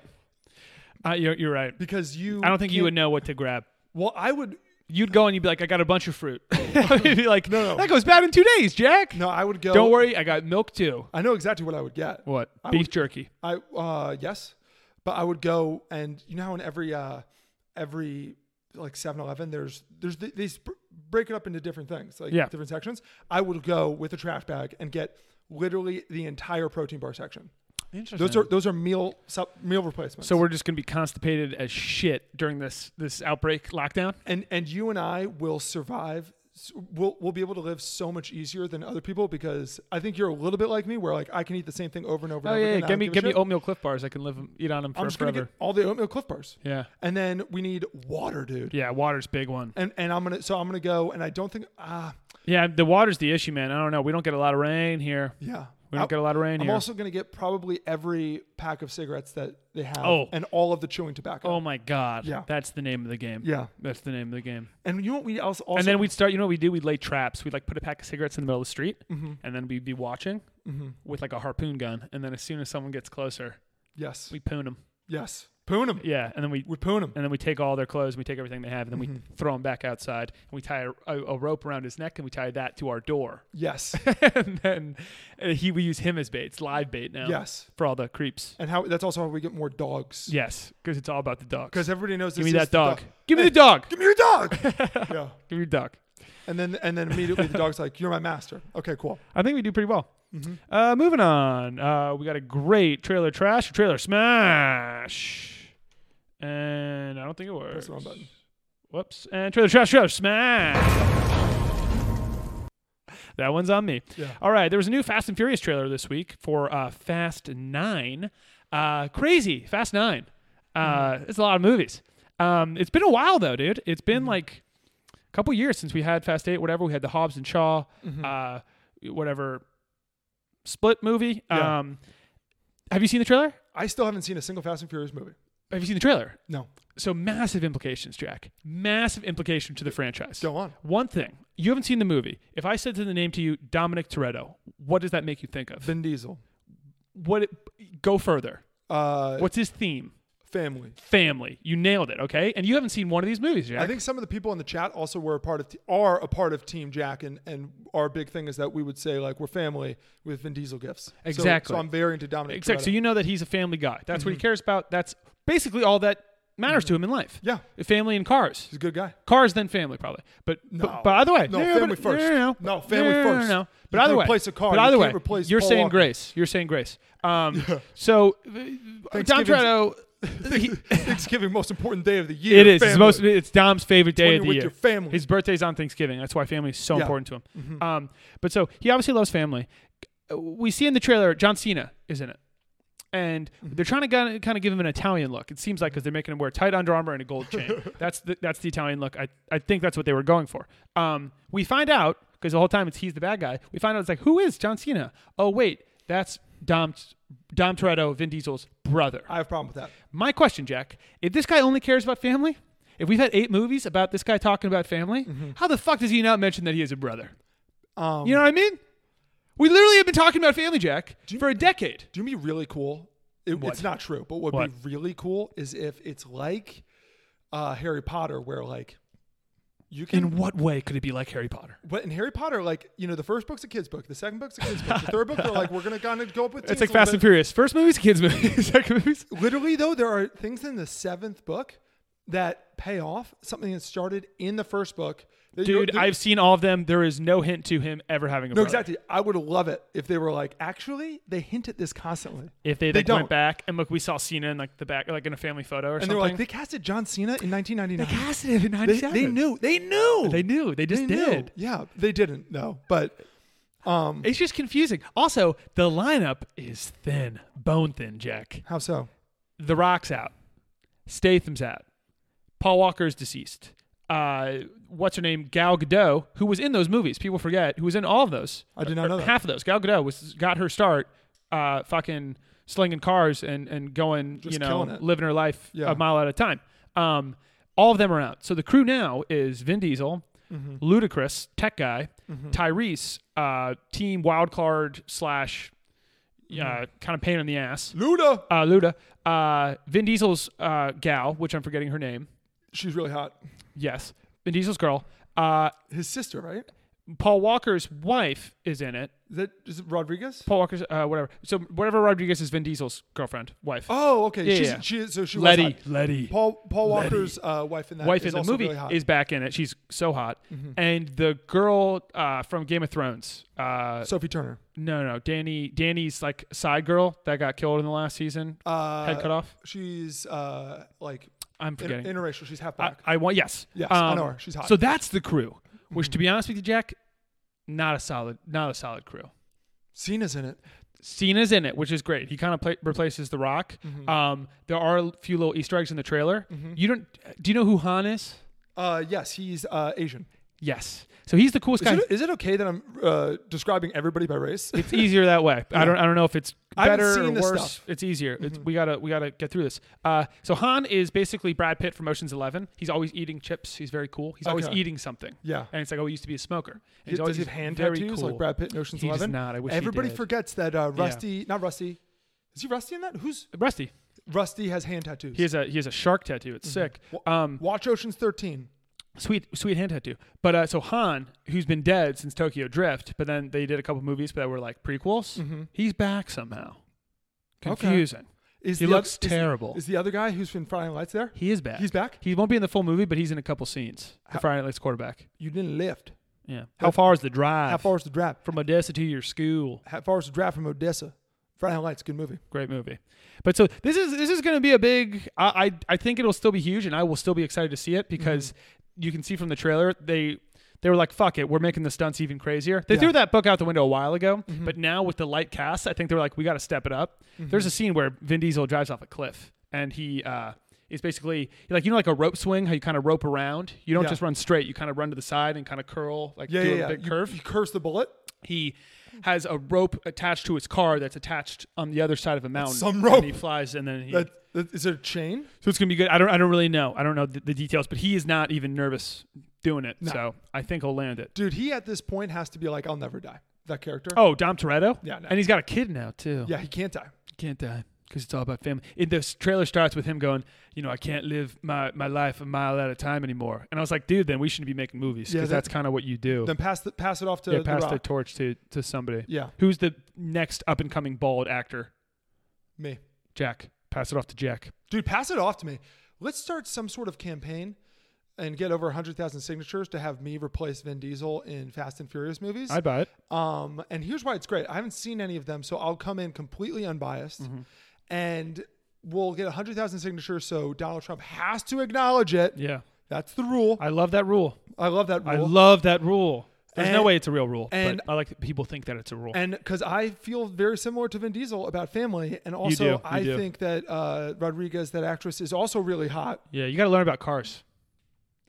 Speaker 1: Uh, you're, you're right.
Speaker 7: because you.
Speaker 1: I don't think you would
Speaker 7: can't-
Speaker 1: know what to grab.
Speaker 7: Well, I would.
Speaker 1: You'd go and you'd be like, "I got a bunch of
Speaker 7: *laughs*
Speaker 1: fruit." *laughs* You'd be like,
Speaker 7: No, no.
Speaker 1: that goes bad in two days, Jack."
Speaker 7: No, I would go.
Speaker 1: Don't worry, I got milk too.
Speaker 7: I know exactly what I would get.
Speaker 1: What?
Speaker 7: I
Speaker 1: Beef
Speaker 7: would-
Speaker 1: jerky.
Speaker 7: I uh yes, but I would go and you know how in every uh every like 7-Eleven there's there's th- they sp- break it up into different things like
Speaker 1: Yeah.
Speaker 7: different sections. I would go with a trash bag and get literally the entire protein bar section.
Speaker 1: Interesting.
Speaker 7: Those are those are meal sup, meal replacements.
Speaker 1: so we're just gonna be constipated as shit during this this outbreak lockdown.
Speaker 7: and and you and I will survive. s- We'll we'll be able to live so much easier than other people because I think you're a little bit like me where like I can eat the same thing over and over.
Speaker 1: Oh
Speaker 7: and over
Speaker 1: yeah,
Speaker 7: again.
Speaker 1: yeah. give
Speaker 7: I don't
Speaker 1: me
Speaker 7: give a
Speaker 1: give me
Speaker 7: shit.
Speaker 1: oatmeal Cliff bars. I can live 'em- eat on them for
Speaker 7: I'm just gonna
Speaker 1: forever.
Speaker 7: get all the oatmeal Cliff Bars.
Speaker 1: Yeah.
Speaker 7: and then we need water, dude.
Speaker 1: Yeah, water's big one.
Speaker 7: and and I'm gonna so I'm gonna go and I don't think ah
Speaker 1: Yeah, the water's the issue, man. I don't know. We don't get a lot of rain here.
Speaker 7: yeah
Speaker 1: We don't
Speaker 7: I-
Speaker 1: get a lot of rain
Speaker 7: I'm
Speaker 1: here.
Speaker 7: also gonna get probably every pack of cigarettes that they have
Speaker 1: Oh.
Speaker 7: and all of the chewing tobacco.
Speaker 1: Oh my god.
Speaker 7: Yeah.
Speaker 1: That's the name of the game.
Speaker 7: Yeah.
Speaker 1: That's the name of the game.
Speaker 7: and you know what we also, also
Speaker 1: and then we'd start. You know what we do? We'd lay traps. We'd like put a pack of cigarettes in the middle of the street,
Speaker 7: Mm-hmm.
Speaker 1: and then we'd be watching with like a harpoon gun. And then as soon as someone gets closer,
Speaker 7: yes
Speaker 1: we poon them.
Speaker 7: yes poon them
Speaker 1: Yeah. And then we
Speaker 7: we poon them
Speaker 1: and then we take all their clothes, and we take everything they have, and then we throw him back outside, and we tie a, a, a rope around his neck, and we tie that to our *laughs* door,
Speaker 7: yes
Speaker 1: and then uh, he we use him as bait. It's live bait now.
Speaker 7: Yes.
Speaker 1: for all the creeps.
Speaker 7: and how that's also how we get more dogs
Speaker 1: Yes, because it's all about the dog.
Speaker 7: because everybody knows
Speaker 1: give
Speaker 7: this
Speaker 1: me
Speaker 7: is
Speaker 1: that
Speaker 7: the
Speaker 1: dog. Give me the dog.
Speaker 7: give me your
Speaker 1: *laughs*
Speaker 7: dog yeah
Speaker 1: Give me your dog.
Speaker 7: and then and then immediately the dog's like you're my master okay cool
Speaker 1: I think we do pretty well. Uh, moving on, uh, we got a great trailer trash, trailer smash, and I don't think it works.
Speaker 7: that's the wrong button
Speaker 1: Whoops. And trailer trash trailer smash. That one's on me.
Speaker 7: Yeah.
Speaker 1: All right. There was a new Fast and Furious trailer this week for uh, Fast Nine. Uh, crazy Fast Nine. Uh,
Speaker 7: Mm-hmm.
Speaker 1: It's a lot of movies. Um, it's been a while though, dude. It's been like a couple years since we had Fast Eight. Whatever we had the Hobbs and Shaw,
Speaker 7: Mm-hmm.
Speaker 1: uh, whatever split movie.
Speaker 7: Yeah.
Speaker 1: Um, have you seen the trailer?
Speaker 7: I still haven't seen a single Fast and Furious movie
Speaker 1: Have you seen the trailer?
Speaker 7: no
Speaker 1: So massive implications, Jack. Massive implication to the franchise.
Speaker 7: Go on.
Speaker 1: One thing you haven't seen the movie. If I said to the name to you, Dominic Toretto, what does that make you think of?
Speaker 7: Vin Diesel
Speaker 1: what? It, go further.
Speaker 7: uh
Speaker 1: What's his theme?
Speaker 7: family
Speaker 1: Family. You nailed it. Okay, and you haven't seen one of these movies, Jack.
Speaker 7: I think some of the people in the chat also were a part of are a part of Team Jack, and and our big thing is that we would say like we're family with Vin Diesel gifts. So-
Speaker 1: Exactly.
Speaker 7: So, I'm very into Dominic.
Speaker 1: Exactly. So
Speaker 7: Toretto. Mm-hmm.
Speaker 1: you know that he's a family guy. That's what he cares about. That's basically all that matters to him in life.
Speaker 7: Yeah.
Speaker 1: Family and cars.
Speaker 7: he's a good guy. *laughs*
Speaker 1: Cars then family probably, but
Speaker 7: No.
Speaker 1: but, but either way,
Speaker 7: No,
Speaker 1: but-
Speaker 7: family first.
Speaker 1: No, no,
Speaker 7: No, family
Speaker 1: no, no, no,
Speaker 7: first.
Speaker 1: no.
Speaker 7: You
Speaker 1: But
Speaker 7: can
Speaker 1: either way,
Speaker 7: replace a car.
Speaker 1: But
Speaker 7: You
Speaker 1: either
Speaker 7: can't
Speaker 1: way,
Speaker 7: replace
Speaker 1: you're
Speaker 7: Paul
Speaker 1: saying
Speaker 7: Walker.
Speaker 1: grace. You're saying grace.
Speaker 7: *laughs*
Speaker 1: Um, So, uh, Dom
Speaker 7: Thanksgiving's- *laughs*
Speaker 1: Toretto, he-
Speaker 7: Thanksgiving, most important day of the year.
Speaker 1: it is. It's
Speaker 7: family.
Speaker 1: most. It's Dom's favorite day
Speaker 7: when
Speaker 1: of the
Speaker 7: you're with
Speaker 1: year.
Speaker 7: your family.
Speaker 1: His birthday's on Thanksgiving. That's why family is so
Speaker 7: Yeah. Mm-hmm.
Speaker 1: important to him. Um, but so he obviously loves family. We see in the trailer John Cena is in it. And
Speaker 7: Mm-hmm.
Speaker 1: they're trying to kind of- kind of give him an Italian look. It seems like because they're making him wear tight Under Armour and a gold
Speaker 7: *laughs*
Speaker 1: chain. that's the that's the Italian look. I, I think that's what they were going for. Um, we find out because the whole time it's he's the bad guy. We find out it's like who is John Cena? Oh wait, that's Dom Dom Toretto, Vin Diesel's brother.
Speaker 7: I have a problem with that.
Speaker 1: My question, Jack, if this guy only cares about family, if we've had eight movies about this guy talking about family, how the fuck does he not mention that he has a brother?
Speaker 7: Mm-hmm. Um,
Speaker 1: You know what I mean? We literally have been talking about family, Jack, for a decade.
Speaker 7: Do you know what'd be really cool? It,
Speaker 1: What?
Speaker 7: it's not true, but what'd
Speaker 1: What?
Speaker 7: be really cool is if it's like uh, Harry Potter, where like you can
Speaker 1: In what way could it be like Harry Potter?
Speaker 7: But in Harry Potter, like you know, the first book's a kids book, the second book's a kids book, the third book
Speaker 1: *laughs*
Speaker 7: they're like we're gonna kind of go up with.
Speaker 1: It's
Speaker 7: teens
Speaker 1: like
Speaker 7: a little
Speaker 1: Fast and
Speaker 7: bit.
Speaker 1: Furious. First movie's kids' movie. Second movie's *laughs*
Speaker 7: Literally though, there are things in the seventh book that pay off something that started in the first book. that you-
Speaker 1: Dude,
Speaker 7: that-
Speaker 1: I've seen all of them. There is no hint to him ever having a
Speaker 7: no
Speaker 1: brother.
Speaker 7: exactly. I would love it if they were like actually they hint at this constantly.
Speaker 1: If they,
Speaker 7: They
Speaker 1: like,
Speaker 7: don't.
Speaker 1: went back and look, we saw Cena in like the back, like in a family photo or
Speaker 7: and they
Speaker 1: something.
Speaker 7: were like they casted John Cena in 1999.
Speaker 1: casted him in
Speaker 7: They,
Speaker 1: 97.
Speaker 7: they knew. They knew.
Speaker 1: They knew. They just
Speaker 7: They knew.
Speaker 1: did.
Speaker 7: Yeah, they didn't though. But
Speaker 1: It's just confusing. Also, the lineup is thin, bone thin, Jack.
Speaker 7: how so?
Speaker 1: The Rock's out. Statham's out. Paul Walker is deceased. uh, what's her name, Gal Gadot, who was in those movies. People forget who was in all of those.
Speaker 7: I did not
Speaker 1: Or
Speaker 7: know that.
Speaker 1: half of those. Gal Gadot was got her start, uh, fucking slinging cars and and going, you
Speaker 7: killing
Speaker 1: know,
Speaker 7: it.
Speaker 1: living her life
Speaker 7: Yeah.
Speaker 1: a mile at a time. Um, all of them are out. So the crew now is Vin Diesel,
Speaker 7: Mm-hmm.
Speaker 1: Ludacris, Tech Guy, Tyrese, uh, Team Wildcard slash, uh,
Speaker 7: Mm-hmm.
Speaker 1: kind of pain in the ass.
Speaker 7: Luda,
Speaker 1: Uh, Luda, uh, Vin Diesel's uh, gal, which I'm forgetting her name.
Speaker 7: she's really hot.
Speaker 1: Yes, Vin Diesel's girl. Uh,
Speaker 7: His sister, right?
Speaker 1: Paul Walker's wife is in it.
Speaker 7: Is that is it Rodriguez?
Speaker 1: Paul Walker's uh, whatever. So whatever Rodriguez is Vin Diesel's girlfriend, wife.
Speaker 7: Oh, okay.
Speaker 1: Yeah,
Speaker 7: she's,
Speaker 1: yeah.
Speaker 7: She is, so she was
Speaker 1: Letty,
Speaker 7: hot.
Speaker 1: Letty.
Speaker 7: Paul Paul Walker's uh, wife in that
Speaker 1: wife
Speaker 7: is
Speaker 1: in the
Speaker 7: also
Speaker 1: movie
Speaker 7: really hot. Mm-hmm.
Speaker 1: is back in it. She's so hot. And the girl uh, from Game of Thrones. Uh,
Speaker 7: Sophie Turner.
Speaker 1: no, no, Danny. Danny's like side girl that got killed in the last season.
Speaker 7: Uh,
Speaker 1: head cut off.
Speaker 7: She's uh, like
Speaker 1: I'm
Speaker 7: inter-
Speaker 1: forgetting.
Speaker 7: interracial. She's half
Speaker 1: I,
Speaker 7: black.
Speaker 1: I want yes. Um,
Speaker 7: Yes, I know her. She's hot. Mm-hmm.
Speaker 1: So that's the crew. Which, to be honest with you, Jack, not a solid, not a solid crew.
Speaker 7: Cena's in it.
Speaker 1: Cena's in it, which is great. He kind of play, replaces The Rock.
Speaker 7: Mm-hmm.
Speaker 1: Um, there are a few little Easter eggs in the trailer. You don't? Do you know who Han is?
Speaker 7: Uh, yes, he's uh, Asian.
Speaker 1: Yes. So he's the coolest
Speaker 7: Is
Speaker 1: guy.
Speaker 7: it, is it okay that I'm uh, describing everybody by race?
Speaker 1: it's easier that way. I don't. I don't know if it's
Speaker 7: I haven't
Speaker 1: better or
Speaker 7: seen this
Speaker 1: worse.
Speaker 7: stuff. Mm-hmm.
Speaker 1: It's easier. It's, we gotta. We gotta get through this. Uh, so Han is basically Brad Pitt from Ocean's Eleven. He's always eating chips. He's very cool. He's always
Speaker 7: Okay.
Speaker 1: eating something.
Speaker 7: Yeah.
Speaker 1: And it's like, oh, he used to be a smoker. And he's
Speaker 7: Does
Speaker 1: always
Speaker 7: *laughs* he have hand
Speaker 1: very
Speaker 7: tattoos
Speaker 1: cool.
Speaker 7: like Brad Pitt in Ocean's
Speaker 1: He does
Speaker 7: Eleven?
Speaker 1: not. I wish he
Speaker 7: Everybody
Speaker 1: did.
Speaker 7: forgets that uh, Rusty, not Rusty. Is he Rusty in that? Who's
Speaker 1: Rusty.
Speaker 7: Rusty has hand tattoos?
Speaker 1: He has a he has a shark tattoo. It's
Speaker 7: Mm-hmm.
Speaker 1: sick. Um,
Speaker 7: Watch Ocean's Thirteen.
Speaker 1: sweet sweet hand tattoo. But uh, so Han, who's been dead since Tokyo Drift, but then they did a couple movies that were like prequels.
Speaker 7: Mm-hmm.
Speaker 1: He's back somehow. Confusing.
Speaker 7: Is
Speaker 1: He
Speaker 7: the oth-
Speaker 1: looks
Speaker 7: is-
Speaker 1: terrible.
Speaker 7: Is, the other guy who's been Friday Night Lights there?
Speaker 1: He is back.
Speaker 7: He's back?
Speaker 1: He won't be in the full movie, but he's in a couple scenes. The Friday Night Lights quarterback.
Speaker 7: you didn't lift.
Speaker 1: Yeah. How far is the drive?
Speaker 7: How far is the draft?
Speaker 1: from Odessa to your school?
Speaker 7: How far is the draft from Odessa? Friday Night Lights, good movie.
Speaker 1: Great movie. But so this is this is going to be a big. I, I I think it'll still be huge, and I will still be excited to see it because
Speaker 7: Mm-hmm.
Speaker 1: you can see from the trailer they. They were like, "Fuck it, we're making the stunts even crazier." They threw that book out the window a while ago,
Speaker 7: Mm-hmm.
Speaker 1: but now with the light cast, I think they were like, "We got to step it up." There's a scene where Vin Diesel drives off a cliff, and he uh, is basically like, you know, like a rope swing, how you kind of rope around. You don't
Speaker 7: Yeah.
Speaker 1: just run straight; you kind of run to the side and kind of curl, like
Speaker 7: Yeah,
Speaker 1: do
Speaker 7: yeah,
Speaker 1: a
Speaker 7: yeah.
Speaker 1: big
Speaker 7: you,
Speaker 1: curve
Speaker 7: You curse the bullet.
Speaker 1: he has a rope attached to his car that's attached on the other side of a mountain.
Speaker 7: some rope.
Speaker 1: And he flies, and then he.
Speaker 7: That, that, is it a chain?
Speaker 1: so it's gonna be good. I don't. I don't really know. I don't know the, the details, but he is not even nervous doing it. So I think he'll land it.
Speaker 7: Dude, he at this point has to be like, I'll never die. That character.
Speaker 1: Oh, Dom Toretto.
Speaker 7: Yeah, no.
Speaker 1: and he's got a kid now too.
Speaker 7: Yeah, he can't die.
Speaker 1: can't die because it's all about family. It, this trailer starts with him going, you know, I can't live my my life a mile at a time anymore. And I was like, dude, then we shouldn't be making movies
Speaker 7: Yeah,
Speaker 1: because
Speaker 7: that-
Speaker 1: that's kind of what you do.
Speaker 7: Then pass the, pass it off to
Speaker 1: yeah,
Speaker 7: the
Speaker 1: pass the,
Speaker 7: rock.
Speaker 1: torch to to somebody.
Speaker 7: Yeah.
Speaker 1: Who's the next up and coming bald actor?
Speaker 7: me.
Speaker 1: Jack. Pass it off to Jack.
Speaker 7: Dude, pass it off to me. Let's start some sort of campaign and get over 100,000 signatures to have me replace Vin Diesel in Fast and Furious movies.
Speaker 1: I'd buy it.
Speaker 7: Um, and here's why it's great. I haven't seen any of them, so I'll come in completely unbiased, and we'll get 100,000 signatures. So Donald Trump has to acknowledge it.
Speaker 1: Yeah.
Speaker 7: That's the rule. I,
Speaker 1: I love that rule.
Speaker 7: love that rule.
Speaker 1: I love that rule. There's no
Speaker 7: And-
Speaker 1: way it's a real rule,
Speaker 7: and-
Speaker 1: but I like that people think that it's a rule.
Speaker 7: and because I feel very similar to Vin Diesel about family, and also
Speaker 1: do, you
Speaker 7: I
Speaker 1: do.
Speaker 7: think that uh, Rodriguez, that actress, is also really hot.
Speaker 1: yeah, you got to learn about cars.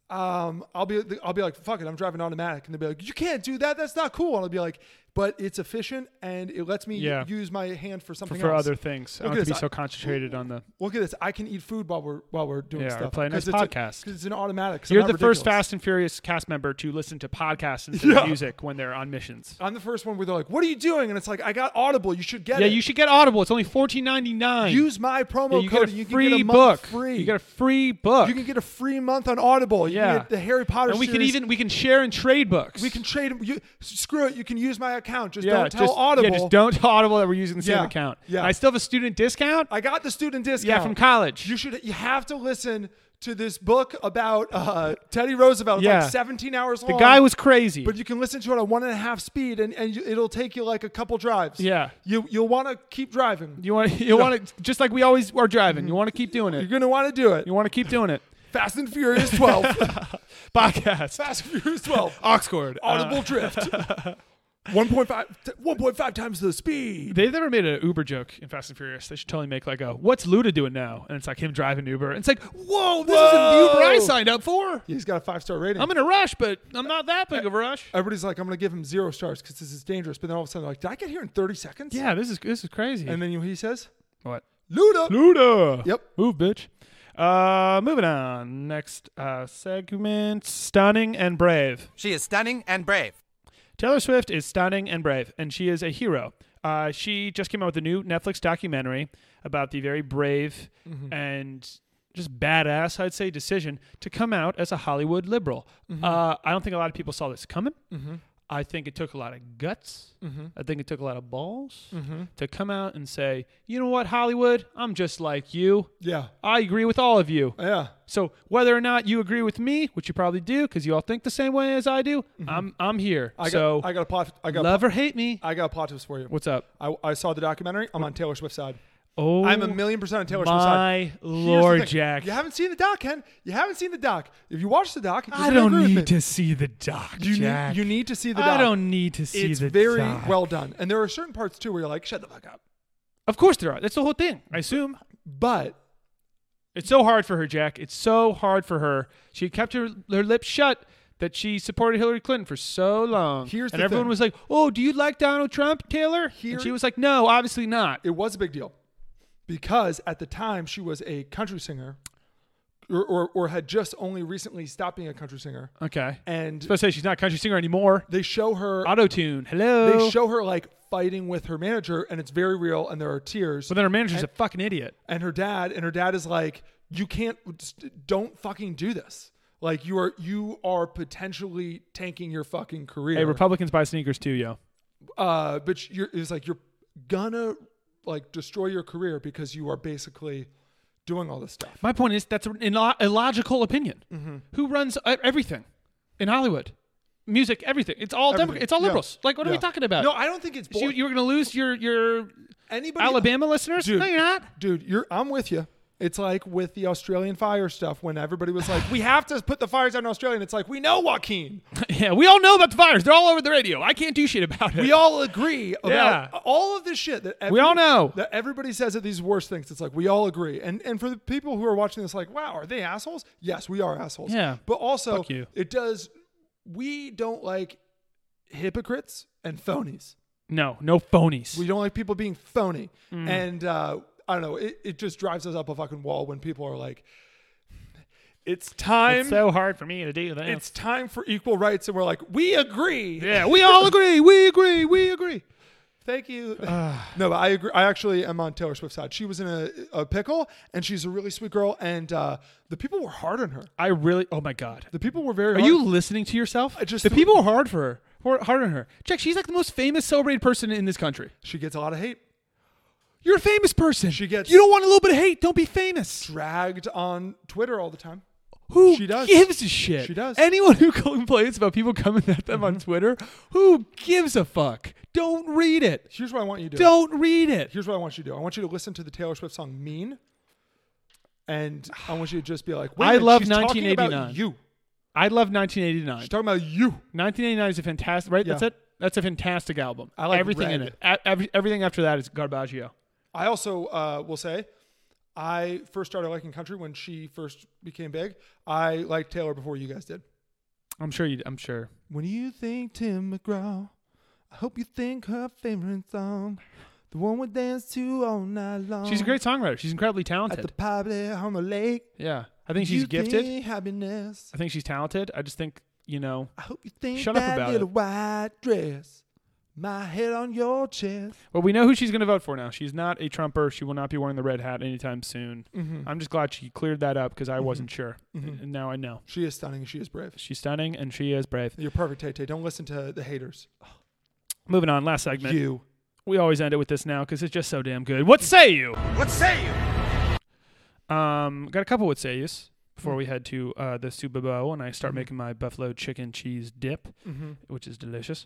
Speaker 7: Um, I'll be, I'll be like, fuck it, I'm driving automatic, and they'll be like, you can't do that. That's not cool. And I'll be like, but it's efficient, and it lets me
Speaker 1: Yeah.
Speaker 7: use my hand for something
Speaker 1: For
Speaker 7: else.
Speaker 1: other things, I don't
Speaker 7: Look
Speaker 1: have to
Speaker 7: at
Speaker 1: be
Speaker 7: this.
Speaker 1: so
Speaker 7: I-
Speaker 1: concentrated on the.
Speaker 7: Look at this. I can eat food while we're while we're doing
Speaker 1: Yeah, or
Speaker 7: stuff.
Speaker 1: play a nice
Speaker 7: 'Cause it's
Speaker 1: podcast.
Speaker 7: Because it's an automatic. 'cause
Speaker 1: You're
Speaker 7: I'm
Speaker 1: the
Speaker 7: not
Speaker 1: first
Speaker 7: ridiculous.
Speaker 1: Fast and Furious cast member to listen to podcasts instead
Speaker 7: Yeah. Uh,
Speaker 1: of music when they're on missions.
Speaker 7: I'm the first one where they're like, "What are you doing?" And it's like, "I got Audible. You should get
Speaker 1: Yeah,
Speaker 7: it.
Speaker 1: you should get Audible. It's only fourteen ninety nine.
Speaker 7: use my promo
Speaker 1: you
Speaker 7: code.
Speaker 1: get a
Speaker 7: and you can
Speaker 1: free
Speaker 7: get a month
Speaker 1: book.
Speaker 7: Free.
Speaker 1: You get a free book.
Speaker 7: You can get a free month on Audible. You
Speaker 1: Yeah.
Speaker 7: can get the Harry Potter.
Speaker 1: and we can
Speaker 7: series.
Speaker 1: even we can share and trade books.
Speaker 7: we can trade. 'em. You screw it. You can use my account. Just
Speaker 1: yeah,
Speaker 7: don't tell
Speaker 1: just,
Speaker 7: Audible.
Speaker 1: Yeah, just don't tell Audible that we're using the same
Speaker 7: Yeah,
Speaker 1: account.
Speaker 7: yeah.
Speaker 1: And I still have a student discount.
Speaker 7: I got the student discount.
Speaker 1: yeah, from college.
Speaker 7: You should. You have to listen to this book about uh, Teddy Roosevelt. It's
Speaker 1: Yeah.
Speaker 7: like 17 hours
Speaker 1: the
Speaker 7: long.
Speaker 1: guy was crazy.
Speaker 7: but you can listen to it on one and a half speed, and, and you, it'll take you like a couple drives.
Speaker 1: Yeah.
Speaker 7: you you'll want to keep driving.
Speaker 1: You want you want to just like we always are driving. You want to keep doing
Speaker 7: Mm-hmm. You're
Speaker 1: it.
Speaker 7: gonna want to do it.
Speaker 1: You want to keep doing
Speaker 7: *laughs*
Speaker 1: it.
Speaker 7: Fast and Furious
Speaker 1: *laughs*
Speaker 7: 12.
Speaker 1: Podcast. *laughs*
Speaker 7: Fast and Furious 12.
Speaker 1: Oxcord. uh, *laughs*
Speaker 7: Audible drift. 1.5 t- 1.5 times the speed.
Speaker 1: They've never made an Uber joke in Fast and Furious. They should totally make like a "What's Luda doing now?" and it's like him driving Uber. And it's like, whoa, this is the Uber I
Speaker 7: Whoa.
Speaker 1: signed up for.
Speaker 7: He's got a five star rating.
Speaker 1: I'm in a rush, but I'm not that
Speaker 7: Uh,
Speaker 1: big of a rush.
Speaker 7: Everybody's like, I'm going to give him zero stars because this is dangerous. But then all of a sudden, they're like, did I get here in 30 seconds?
Speaker 1: Yeah, this is this is crazy.
Speaker 7: And then you know what he says?
Speaker 1: what?
Speaker 7: Luda.
Speaker 1: Luda.
Speaker 7: Yep.
Speaker 1: Move, bitch. Uh, moving on. Next uh, segment: stunning and brave.
Speaker 8: She is stunning and brave.
Speaker 1: Taylor Swift is stunning and brave, and she is a hero. Uh, she just came out with a new Netflix documentary about the very brave and just badass, I'd say, decision to come out as a Hollywood liberal. Uh, I don't think a lot of people saw this coming. I think it took a lot of guts.
Speaker 7: Mm-hmm.
Speaker 1: I think it took a lot of balls to come out and say, you know what, Hollywood, I'm just like you.
Speaker 7: Yeah.
Speaker 1: I agree with all of you.
Speaker 7: Yeah.
Speaker 1: So whether or not you agree with me, which you probably do, because you all think the same way as I do, I'm I'm here.
Speaker 7: Mm-hmm. I got,
Speaker 1: so
Speaker 7: I got a plot. I got
Speaker 1: love or hate me.
Speaker 7: I got a plot twist for you.
Speaker 1: What's up?
Speaker 7: I, I saw the documentary. I'm on Taylor Swift's side.
Speaker 1: Oh,
Speaker 7: I'm a million percent on Taylor
Speaker 1: my
Speaker 7: Swift's side. Here's the
Speaker 1: lord,
Speaker 7: thing.
Speaker 1: Jack.
Speaker 7: You haven't seen the doc, Ken. You haven't seen the doc. If you watch the doc, you're
Speaker 1: I
Speaker 7: gonna
Speaker 1: don't
Speaker 7: agree with me.
Speaker 1: need to see the doc,
Speaker 7: You
Speaker 1: Jack.
Speaker 7: need you need to see the doc.
Speaker 1: I don't need to see
Speaker 7: it's
Speaker 1: the
Speaker 7: very
Speaker 1: doc.
Speaker 7: well done, and there are certain parts too where you're like, shut the fuck up.
Speaker 1: Of course there are. That's the whole thing. I assume
Speaker 7: But
Speaker 1: it's so hard for her, Jack. It's so hard for her. She kept her her lips shut. That she supported Hillary Clinton for so long,
Speaker 7: Here's
Speaker 1: and
Speaker 7: the
Speaker 1: everyone
Speaker 7: thing.
Speaker 1: was like, "Oh, do you like Donald Trump, Taylor?"
Speaker 7: Here-
Speaker 1: and she was like, "No, obviously not."
Speaker 7: it was a big deal because at the time she was a country singer, or or, or had just only recently stopped being a country singer,
Speaker 1: okay,
Speaker 7: and
Speaker 1: supposed to say she's not a country singer anymore.
Speaker 7: they show her
Speaker 1: Auto tune. Hello.
Speaker 7: they show her like fighting with her manager, and it's very real, and there are tears.
Speaker 1: but then her manager's a fucking idiot.
Speaker 7: and her dad and her dad is like you can't don't fucking do this like you are you are potentially tanking your fucking career
Speaker 1: Hey, Republicans buy sneakers too, yo.
Speaker 7: uh but you're it's like you're gonna like destroy your career because you are basically doing all this stuff
Speaker 1: My point is that's an illo- illogical opinion.
Speaker 7: Mm-hmm.
Speaker 1: Who runs e- everything in Hollywood? Music, everything. It's all Democrat.
Speaker 7: Everything.
Speaker 1: It's all
Speaker 7: Yeah.
Speaker 1: liberals. Like, what are we
Speaker 7: Yeah.
Speaker 1: talking about?
Speaker 7: no i don't think it's
Speaker 1: So you,
Speaker 7: bull-
Speaker 1: you were going to lose your your
Speaker 7: anybody
Speaker 1: Alabama listeners?
Speaker 7: dude
Speaker 1: No, you're not.
Speaker 7: dude you're i'm with you it's like with the Australian fire stuff when everybody was like, "We have to put the fires out in Australia." And it's like, "We know, Joaquin.
Speaker 1: *laughs* Yeah, we all know about the fires. They're all over the radio. I can't do shit about it. *laughs*
Speaker 7: We all agree about
Speaker 1: Yeah.
Speaker 7: all of this shit that
Speaker 1: We all
Speaker 7: every-
Speaker 1: know.
Speaker 7: that everybody says that these worst things. It's like we all agree. And and for the people who are watching this, like, wow, are they assholes? Yes, we are assholes.
Speaker 1: Yeah.
Speaker 7: But also,
Speaker 1: Fuck you.
Speaker 7: it does. We don't like hypocrites and phonies.
Speaker 1: no, no phonies.
Speaker 7: We don't like people being phony.
Speaker 1: Mm.
Speaker 7: And uh, I don't know. It, it just drives us up a fucking wall when people are like, it's time.
Speaker 1: it's so hard for me to do that.
Speaker 7: it's time for equal rights, and we're like, we agree. *laughs*
Speaker 1: yeah, we all agree. We agree. We agree.
Speaker 7: Thank you.
Speaker 1: *sighs*
Speaker 7: no, but I agree. I actually am on Taylor Swift's side. She was in a, a pickle, and she's a really sweet girl. And uh, the people were hard on her.
Speaker 1: I really. Oh my god.
Speaker 7: The people were very.
Speaker 1: Are
Speaker 7: hard.
Speaker 1: you listening to yourself?
Speaker 7: I just-
Speaker 1: the people are hard for her. Were hard on her. Check. She's like the most famous, celebrated person in this country.
Speaker 7: She gets a lot of hate.
Speaker 1: You're a famous person.
Speaker 7: She gets-
Speaker 1: You don't want a little bit of hate. Don't be famous.
Speaker 7: Dragged on Twitter all the time.
Speaker 1: Who
Speaker 7: she does.
Speaker 1: gives a shit?
Speaker 7: She does.
Speaker 1: Anyone who *laughs* complains about people coming at them on Twitter, who gives a fuck? Don't read it.
Speaker 7: Here's what I want you to do.
Speaker 1: Don't read it.
Speaker 7: Here's what I want you to do. I want you to listen to the Taylor Swift song "Mean," and I want you to just be like, Wait a
Speaker 1: I
Speaker 7: minute,
Speaker 1: love
Speaker 7: she's talking
Speaker 1: 1989.
Speaker 7: About you.
Speaker 1: I love 1989.
Speaker 7: She's talking about you.
Speaker 1: 1989 is a fantastic. Right.
Speaker 7: Yeah.
Speaker 1: That's it. That's a fantastic album.
Speaker 7: I like
Speaker 1: everything in
Speaker 7: Red.
Speaker 1: it. A- every- everything after that is Garbaggio.
Speaker 7: I also uh, will say, I first started liking country when she first became big. I liked Taylor before you guys did.
Speaker 1: I'm sure you. I'm sure.
Speaker 7: When you think Tim McGraw, I hope you think her favorite song, the one we dance to all night long.
Speaker 1: She's a great songwriter. She's incredibly
Speaker 7: at the
Speaker 1: talented.
Speaker 7: pub there on the lake.
Speaker 1: Yeah. I think she's
Speaker 7: You
Speaker 1: gifted.
Speaker 7: think happiness.
Speaker 1: I think she's talented. I just think you know
Speaker 7: I hope you think
Speaker 1: Shut up
Speaker 7: that
Speaker 1: about
Speaker 7: little
Speaker 1: it.
Speaker 7: white dress, my head on your chest.
Speaker 1: Well, we know who she's going to vote for now. She's not a Trumper. She will not be wearing the red hat anytime soon.
Speaker 7: Mm-hmm.
Speaker 1: I'm just glad she cleared that up because I wasn't sure. And now I know.
Speaker 7: She is stunning. She is brave.
Speaker 1: She's stunning and she is brave.
Speaker 7: You're perfect, Tay Tay. Don't listen to the haters.
Speaker 1: Moving on, last segment.
Speaker 7: You.
Speaker 1: We always end it with this now because it's just so damn good. What say you?
Speaker 5: What say you?
Speaker 1: Um, got a couple what say yous
Speaker 5: Mm.
Speaker 1: before we head to uh, the Super Bowl and I start
Speaker 5: Mm-hmm.
Speaker 1: making my buffalo chicken cheese dip, which is delicious.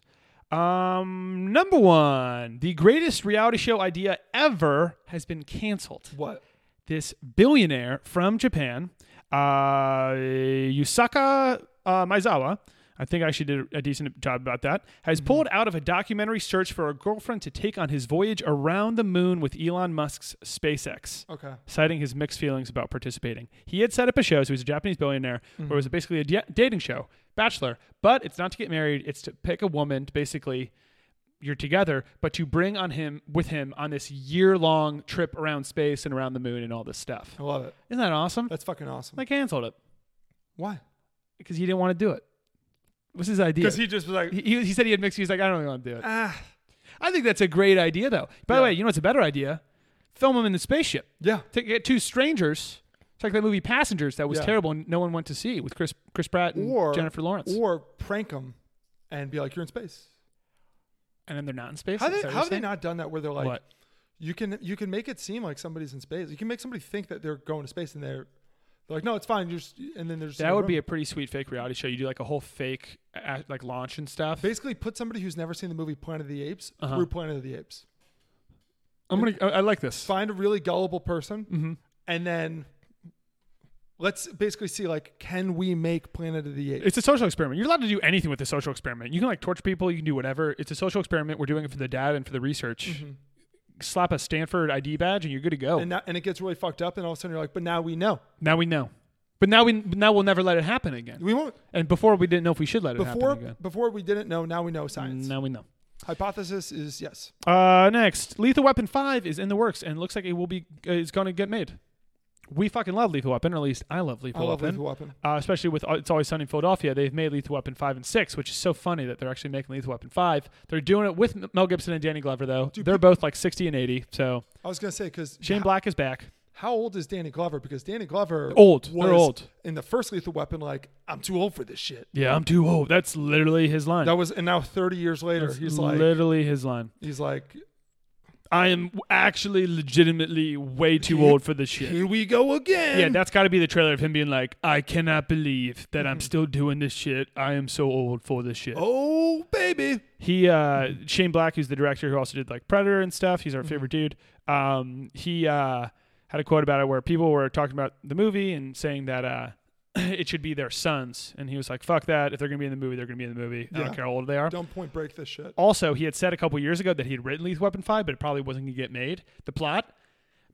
Speaker 1: Um, number one, the greatest reality show idea ever has been canceled.
Speaker 7: What?
Speaker 1: this billionaire from Japan, uh, Yusaka uh, Maizawa. I think I actually did a decent job about that, has pulled out of a documentary search for a girlfriend to take on his voyage around the moon with Elon Musk's SpaceX
Speaker 7: Okay.
Speaker 1: citing his mixed feelings about participating. He had set up a show, so he was a Japanese billionaire,
Speaker 7: Mm-hmm.
Speaker 1: where it was basically a da- dating show, Bachelor, but it's not to get married, it's to pick a woman to basically you're together, but to bring on him with him on this year long trip around space and around the moon and all this stuff.
Speaker 7: I love it.
Speaker 1: Isn't that awesome?
Speaker 7: Oh. That's fucking awesome.
Speaker 1: they canceled it
Speaker 7: why?
Speaker 1: because he didn't want to do it. What's his idea?
Speaker 7: Because he just was like,
Speaker 1: he, he, he said he had mixed. He's like, I don't really want to do it.
Speaker 7: ah,
Speaker 1: I think that's a great idea, though. By the way, you know what's a better idea? Film him in the spaceship.
Speaker 7: yeah.
Speaker 1: to get two strangers. It's like that movie Passengers that was
Speaker 7: Yeah.
Speaker 1: terrible and no one went to see with Chris Chris Pratt and
Speaker 7: Or
Speaker 1: Jennifer Lawrence.
Speaker 7: or prank them and be like, you're in space.
Speaker 1: and then they're not in space.
Speaker 7: How
Speaker 1: Is
Speaker 7: they
Speaker 1: that what
Speaker 7: how
Speaker 1: you're
Speaker 7: have they
Speaker 1: saying?
Speaker 7: not done that where they're like,
Speaker 1: What?
Speaker 7: you can you can make it seem like somebody's in space. You can make somebody think that they're going to space and they're they're like, no, it's fine. You're just, and then there's
Speaker 1: That would be a pretty sweet fake reality show. You do like a whole fake uh, like launch and stuff.
Speaker 7: basically put somebody who's never seen the movie Planet of the Apes
Speaker 1: Uh-huh.
Speaker 7: through Planet of the Apes.
Speaker 1: I'm gonna. I, I like this.
Speaker 7: Find a really gullible person
Speaker 1: Mm-hmm.
Speaker 7: and then let's basically see like, can we make Planet of the Apes?
Speaker 1: It's a social experiment. You're allowed to do anything with a social experiment. You can like torture people. You can do whatever. It's a social experiment. We're doing it for the data and for the research. Slap a Stanford ID badge and you're good to go.
Speaker 7: Mm-hmm. and now, and it gets really fucked up, and all of a sudden you're like, but now we know.
Speaker 1: now we know. But now we now we'll never let it happen again.
Speaker 7: We won't
Speaker 1: and before we didn't know if we should let it
Speaker 7: before
Speaker 1: happen again.
Speaker 7: before we didn't know. Now we know science.
Speaker 1: Now we know.
Speaker 7: Hypothesis is yes.
Speaker 1: Uh, next, Lethal Weapon Five is in the works and looks like it will be uh, is going to get made. We fucking love Lethal Weapon, or at least I love Lethal
Speaker 7: I love
Speaker 1: Weapon.
Speaker 7: lethal weapon.
Speaker 1: Uh, especially with Al- It's Always Sunny in Philadelphia, they've made Lethal Weapon Five and Six, which is so funny that they're actually making Lethal Weapon Five. They're doing it with M- Mel Gibson and Danny Glover, though. they're both like sixty and eighty, so
Speaker 7: I was gonna say because
Speaker 1: Shane Black is back.
Speaker 7: How old is Danny Glover? Because Danny Glover
Speaker 1: Old. They're
Speaker 7: was
Speaker 1: old.
Speaker 7: in the first Lethal Weapon. Like I'm too old for this shit.
Speaker 1: Yeah, I'm too old. That's literally his line.
Speaker 7: That was and now 30 years later, he's like
Speaker 1: literally his line.
Speaker 7: he's like
Speaker 1: I am w- actually legitimately way too old for this shit.
Speaker 7: here we go again.
Speaker 1: Yeah, that's got to be the trailer of him being like, I cannot believe that I'm still doing this shit. I am so old for this shit.
Speaker 7: Mm-hmm. oh baby.
Speaker 1: He, uh, Shane Black, who's the director who also did like Predator and stuff,
Speaker 7: Mm-hmm.
Speaker 1: he's our favorite dude. Um, he uh, had a quote about it where people were talking about the movie and saying that uh, *clears throat* it should be their sons. And he was like, fuck that. If they're going to be in the movie, they're going to be in the movie. I
Speaker 7: Yeah.
Speaker 1: don't care how old they are.
Speaker 7: Don't point break this shit.
Speaker 1: Also, he had said a couple years ago that he had written Lethal Weapon 5, but it probably wasn't going to get made. The plot.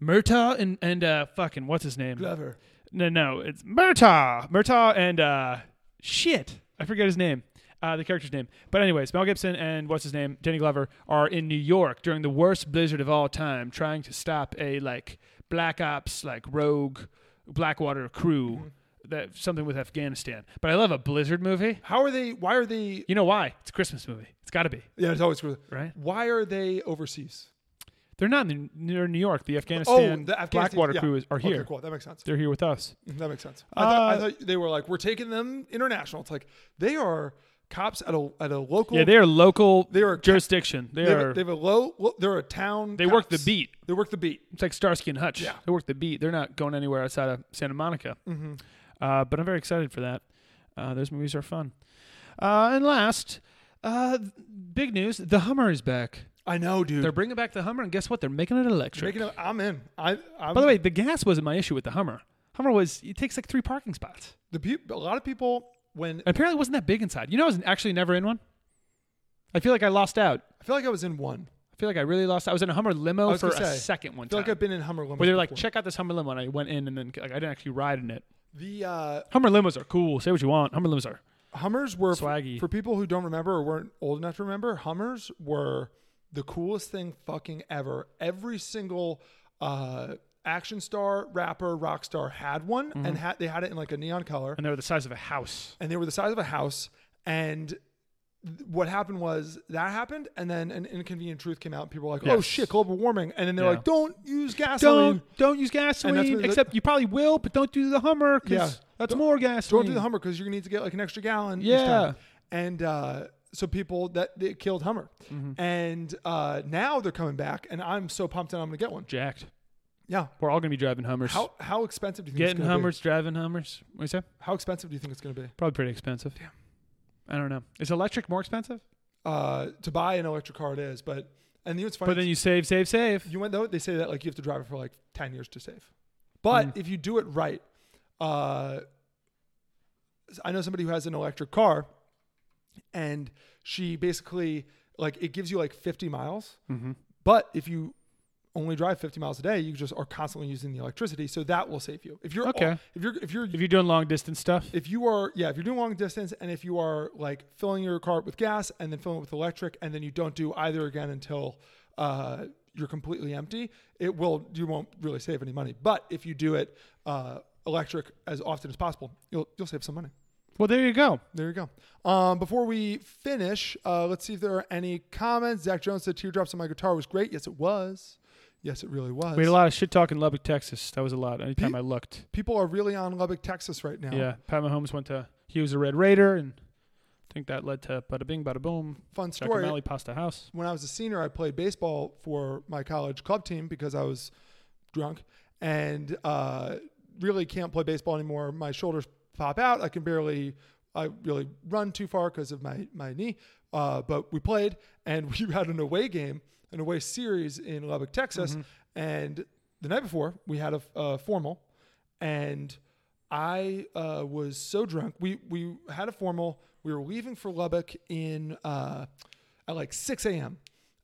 Speaker 1: Murtaugh and, and uh, fucking, what's his name?
Speaker 7: Glover.
Speaker 1: No, no, it's Murtaugh. Murtaugh and uh, shit, I forget his name, uh, the character's name. But anyways, Mel Gibson and what's his name, Danny Glover, are in New York during the worst blizzard of all time, trying to stop a like Black Ops, like rogue Blackwater crew.
Speaker 7: Mm-hmm.
Speaker 1: That something with Afghanistan, but I love a blizzard movie.
Speaker 7: How are they? Why are they?
Speaker 1: You know why? It's a Christmas movie. It's got to be
Speaker 7: Yeah, it's always good.
Speaker 1: Right.
Speaker 7: Why are they overseas? Oh,
Speaker 1: They're not in near New York. The Afghanistan, Blackwater
Speaker 7: yeah.
Speaker 1: crew is, are here.
Speaker 7: Okay, cool. That makes sense.
Speaker 1: They're here with us.
Speaker 7: That makes sense. I, thought, I
Speaker 1: Uh,
Speaker 7: thought they were like we're taking them international. It's like they are cops at a at a local.
Speaker 1: Yeah, they are local.
Speaker 7: They are-
Speaker 1: jurisdiction. They,
Speaker 7: They have,
Speaker 1: are.
Speaker 7: a, they have a low. lo- They're a town.
Speaker 1: They work
Speaker 7: cops.
Speaker 1: the beat.
Speaker 7: They work the beat.
Speaker 1: It's like Starsky and Hutch.
Speaker 7: Yeah.
Speaker 1: They work the beat. They're not going anywhere outside of Santa Monica. Mm-hmm. Uh, but I'm very excited for that. Uh, those movies are fun. Uh, and last, uh, big news: the Hummer is back.
Speaker 7: I know, dude.
Speaker 1: They're bringing back the Hummer, and guess what? They're making it electric.
Speaker 7: Making up, I'm in. I. I'm,
Speaker 1: By the way, the gas wasn't my issue with the Hummer. Hummer was it takes like three parking spots.
Speaker 7: the peop- a lot of people when
Speaker 1: And apparently, it wasn't that big inside. You know, I was actually never in one. I feel like I lost out.
Speaker 7: I feel like I was in one.
Speaker 1: I feel like I really lost. I was in a Hummer
Speaker 7: I
Speaker 1: limo
Speaker 7: was
Speaker 1: Oh, for a
Speaker 7: gonna say,
Speaker 1: second one
Speaker 7: I feel
Speaker 1: time.
Speaker 7: like I've been in Hummer limos.
Speaker 1: where they're like,
Speaker 7: before.
Speaker 1: check out this Hummer limo, and I went in, and then like, I didn't actually ride in it.
Speaker 7: the uh,
Speaker 1: Hummer limos are cool. Say what you want. Hummer limos are.
Speaker 7: Hummers were f-
Speaker 1: Swaggy.
Speaker 7: for people who don't remember or weren't old enough to remember. Hummers were the coolest thing fucking ever. Every single uh, action star, rapper, rock star had one, and had they had it in like a neon color.
Speaker 1: Mm-hmm. And they're the size of a house.
Speaker 7: and they were the size of a house. And th- what happened was that happened, and then an inconvenient truth came out. And people were like, "Oh
Speaker 1: Yes.
Speaker 7: shit, global warming!" And then they're
Speaker 1: Yeah.
Speaker 7: like, "Don't use gasoline.
Speaker 1: Don't don't use
Speaker 7: that's
Speaker 1: gasoline.
Speaker 7: what-
Speaker 1: Except you probably will, but don't do the Hummer because
Speaker 7: Yeah.
Speaker 1: that's
Speaker 7: Don't-
Speaker 1: more gasoline.
Speaker 7: Don't do the Hummer because you're gonna need to get like an extra gallon." each
Speaker 1: Yeah.
Speaker 7: time." And uh, so people that it killed Hummer,
Speaker 1: Mm-hmm.
Speaker 7: and uh, now they're coming back, and I'm so pumped, and I'm gonna get one.
Speaker 1: Jacked.
Speaker 7: Yeah.
Speaker 1: We're all gonna be driving Hummers.
Speaker 7: How how expensive do you think
Speaker 1: Getting
Speaker 7: it's gonna
Speaker 1: Hummers, driving Hummers. What do you say?
Speaker 7: be? How expensive do you think it's gonna be
Speaker 1: Probably pretty expensive. Damn. I don't know. Is electric more expensive?
Speaker 7: uh, to buy an electric car? It is, but and you know what's funny?
Speaker 1: But then you save, save, save.
Speaker 7: You went though they say that like you have to drive it for like ten years to save, but if you do it right, uh, I know somebody who has an electric car, and she basically like it gives you like 50 miles but if you only drive 50 miles a day you just are constantly using the electricity so that will save you if you're
Speaker 1: Okay.
Speaker 7: if you're if you're
Speaker 1: If you're doing long distance stuff,
Speaker 7: if you are yeah if you're doing long distance and if you are like filling your car up with gas and then filling it with electric and then you don't do either again until uh, you're completely empty it will you won't really save any money but if you do it uh, electric as often as possible you'll you'll save some money
Speaker 1: well, there you go.
Speaker 7: there you go. Um, before we finish, uh, let's see if there are any comments. Zach Jones said, "Teardrops on my guitar was great." Yes, it was. Yes, it really was.
Speaker 1: We had a lot of shit talk in Lubbock, Texas. That was a lot. Anytime
Speaker 7: Pe-
Speaker 1: I looked,
Speaker 7: People are really on Lubbock, Texas, right now.
Speaker 1: yeah. Pat Mahomes went to he was a Red Raider, and I think that led to Bada Bing, Bada Boom,
Speaker 7: Fun story.
Speaker 1: Giacomelli Pasta House.
Speaker 7: when I was a senior, I played baseball for my college club team because I was drunk and uh, really can't play baseball anymore. My shoulders pop out. I can barely, I really run too far because of my my knee. Uh, but we played and *laughs* we had an away game, an away series in Lubbock, Texas. And the night before, we had a, a formal, and I uh, was so drunk. We we had a formal. We were leaving for Lubbock in uh, at like 6 a.m.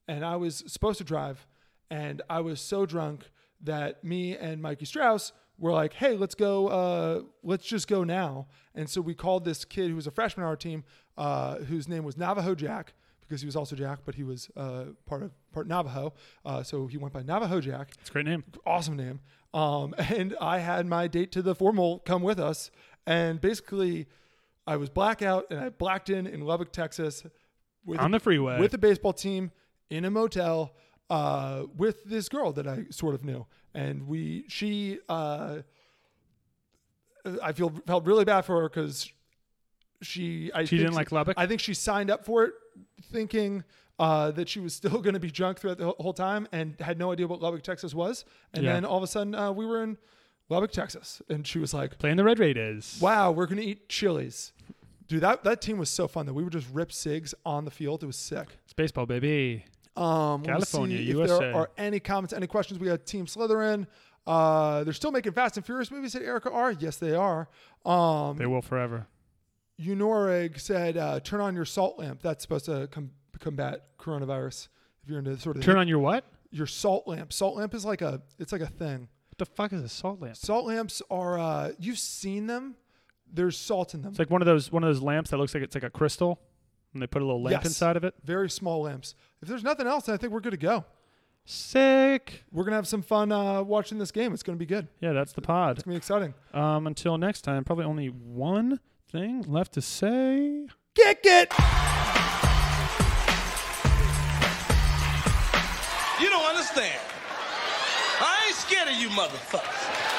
Speaker 7: and I was supposed to drive, and I was so drunk that me and Mikey Strauss were like, "Hey, let's go. Uh, let's just go now." And so we called this kid who was a freshman on our team, uh, whose name was Navajo Jack because he was also Jack, but he was uh, part of part Navajo, uh, so he went by Navajo Jack
Speaker 1: It's a great name.
Speaker 7: awesome name. Um, *laughs* and I had my date to the formal come with us. And basically, I was blackout and I blacked in in Lubbock, Texas. With
Speaker 1: On the freeway.
Speaker 7: With a baseball team in a motel uh, with this girl that I sort of knew. And we, she, uh, I feel felt really bad for her because she, I
Speaker 1: She
Speaker 7: think
Speaker 1: didn't like Lubbock?
Speaker 7: I think she signed up for it thinking uh, that she was still *laughs* going to be drunk throughout the whole time and had no idea what Lubbock, Texas was. And
Speaker 1: Yeah.
Speaker 7: then all of a sudden, uh, we were in Lubbock, Texas, and she was like,
Speaker 1: Playing the Red Raiders.
Speaker 7: "Wow, we're going to eat chilies." Dude, that, that team was so fun though. We would just rip cigs on the field. It was sick.
Speaker 1: It's baseball, baby.
Speaker 7: Um, let me
Speaker 1: California,
Speaker 7: see If
Speaker 1: USA.
Speaker 7: there are any comments, any questions, we got Team Slytherin. Uh, they're still making Fast and Furious movies. Said Erica R. Yes, they are. Um,
Speaker 1: They will *laughs* forever.
Speaker 7: Unorig said, uh, "Turn on your salt lamp." That's supposed to com- combat coronavirus. If you're into sort of
Speaker 1: Turn on your what? What
Speaker 7: your salt lamp. Salt lamp is like a it's like a thing.
Speaker 1: the fuck is a salt lamp?
Speaker 7: Salt lamps are uh, you've seen them. There's salt in them.
Speaker 1: It's like one of those one of those lamps that looks like it's like a crystal, and they put a little lamp
Speaker 7: Yes.
Speaker 1: inside of it.
Speaker 7: Very small lamps. If there's nothing else, then I think we're good to go.
Speaker 1: Sick.
Speaker 7: We're gonna have some fun uh, watching this game. It's gonna be good.
Speaker 1: Yeah, that's the pod.
Speaker 7: It's gonna be exciting.
Speaker 1: Um, until next time, probably only one thing left to say.
Speaker 7: Kick it.
Speaker 5: You don't understand. I ain't scared of you motherfuckers.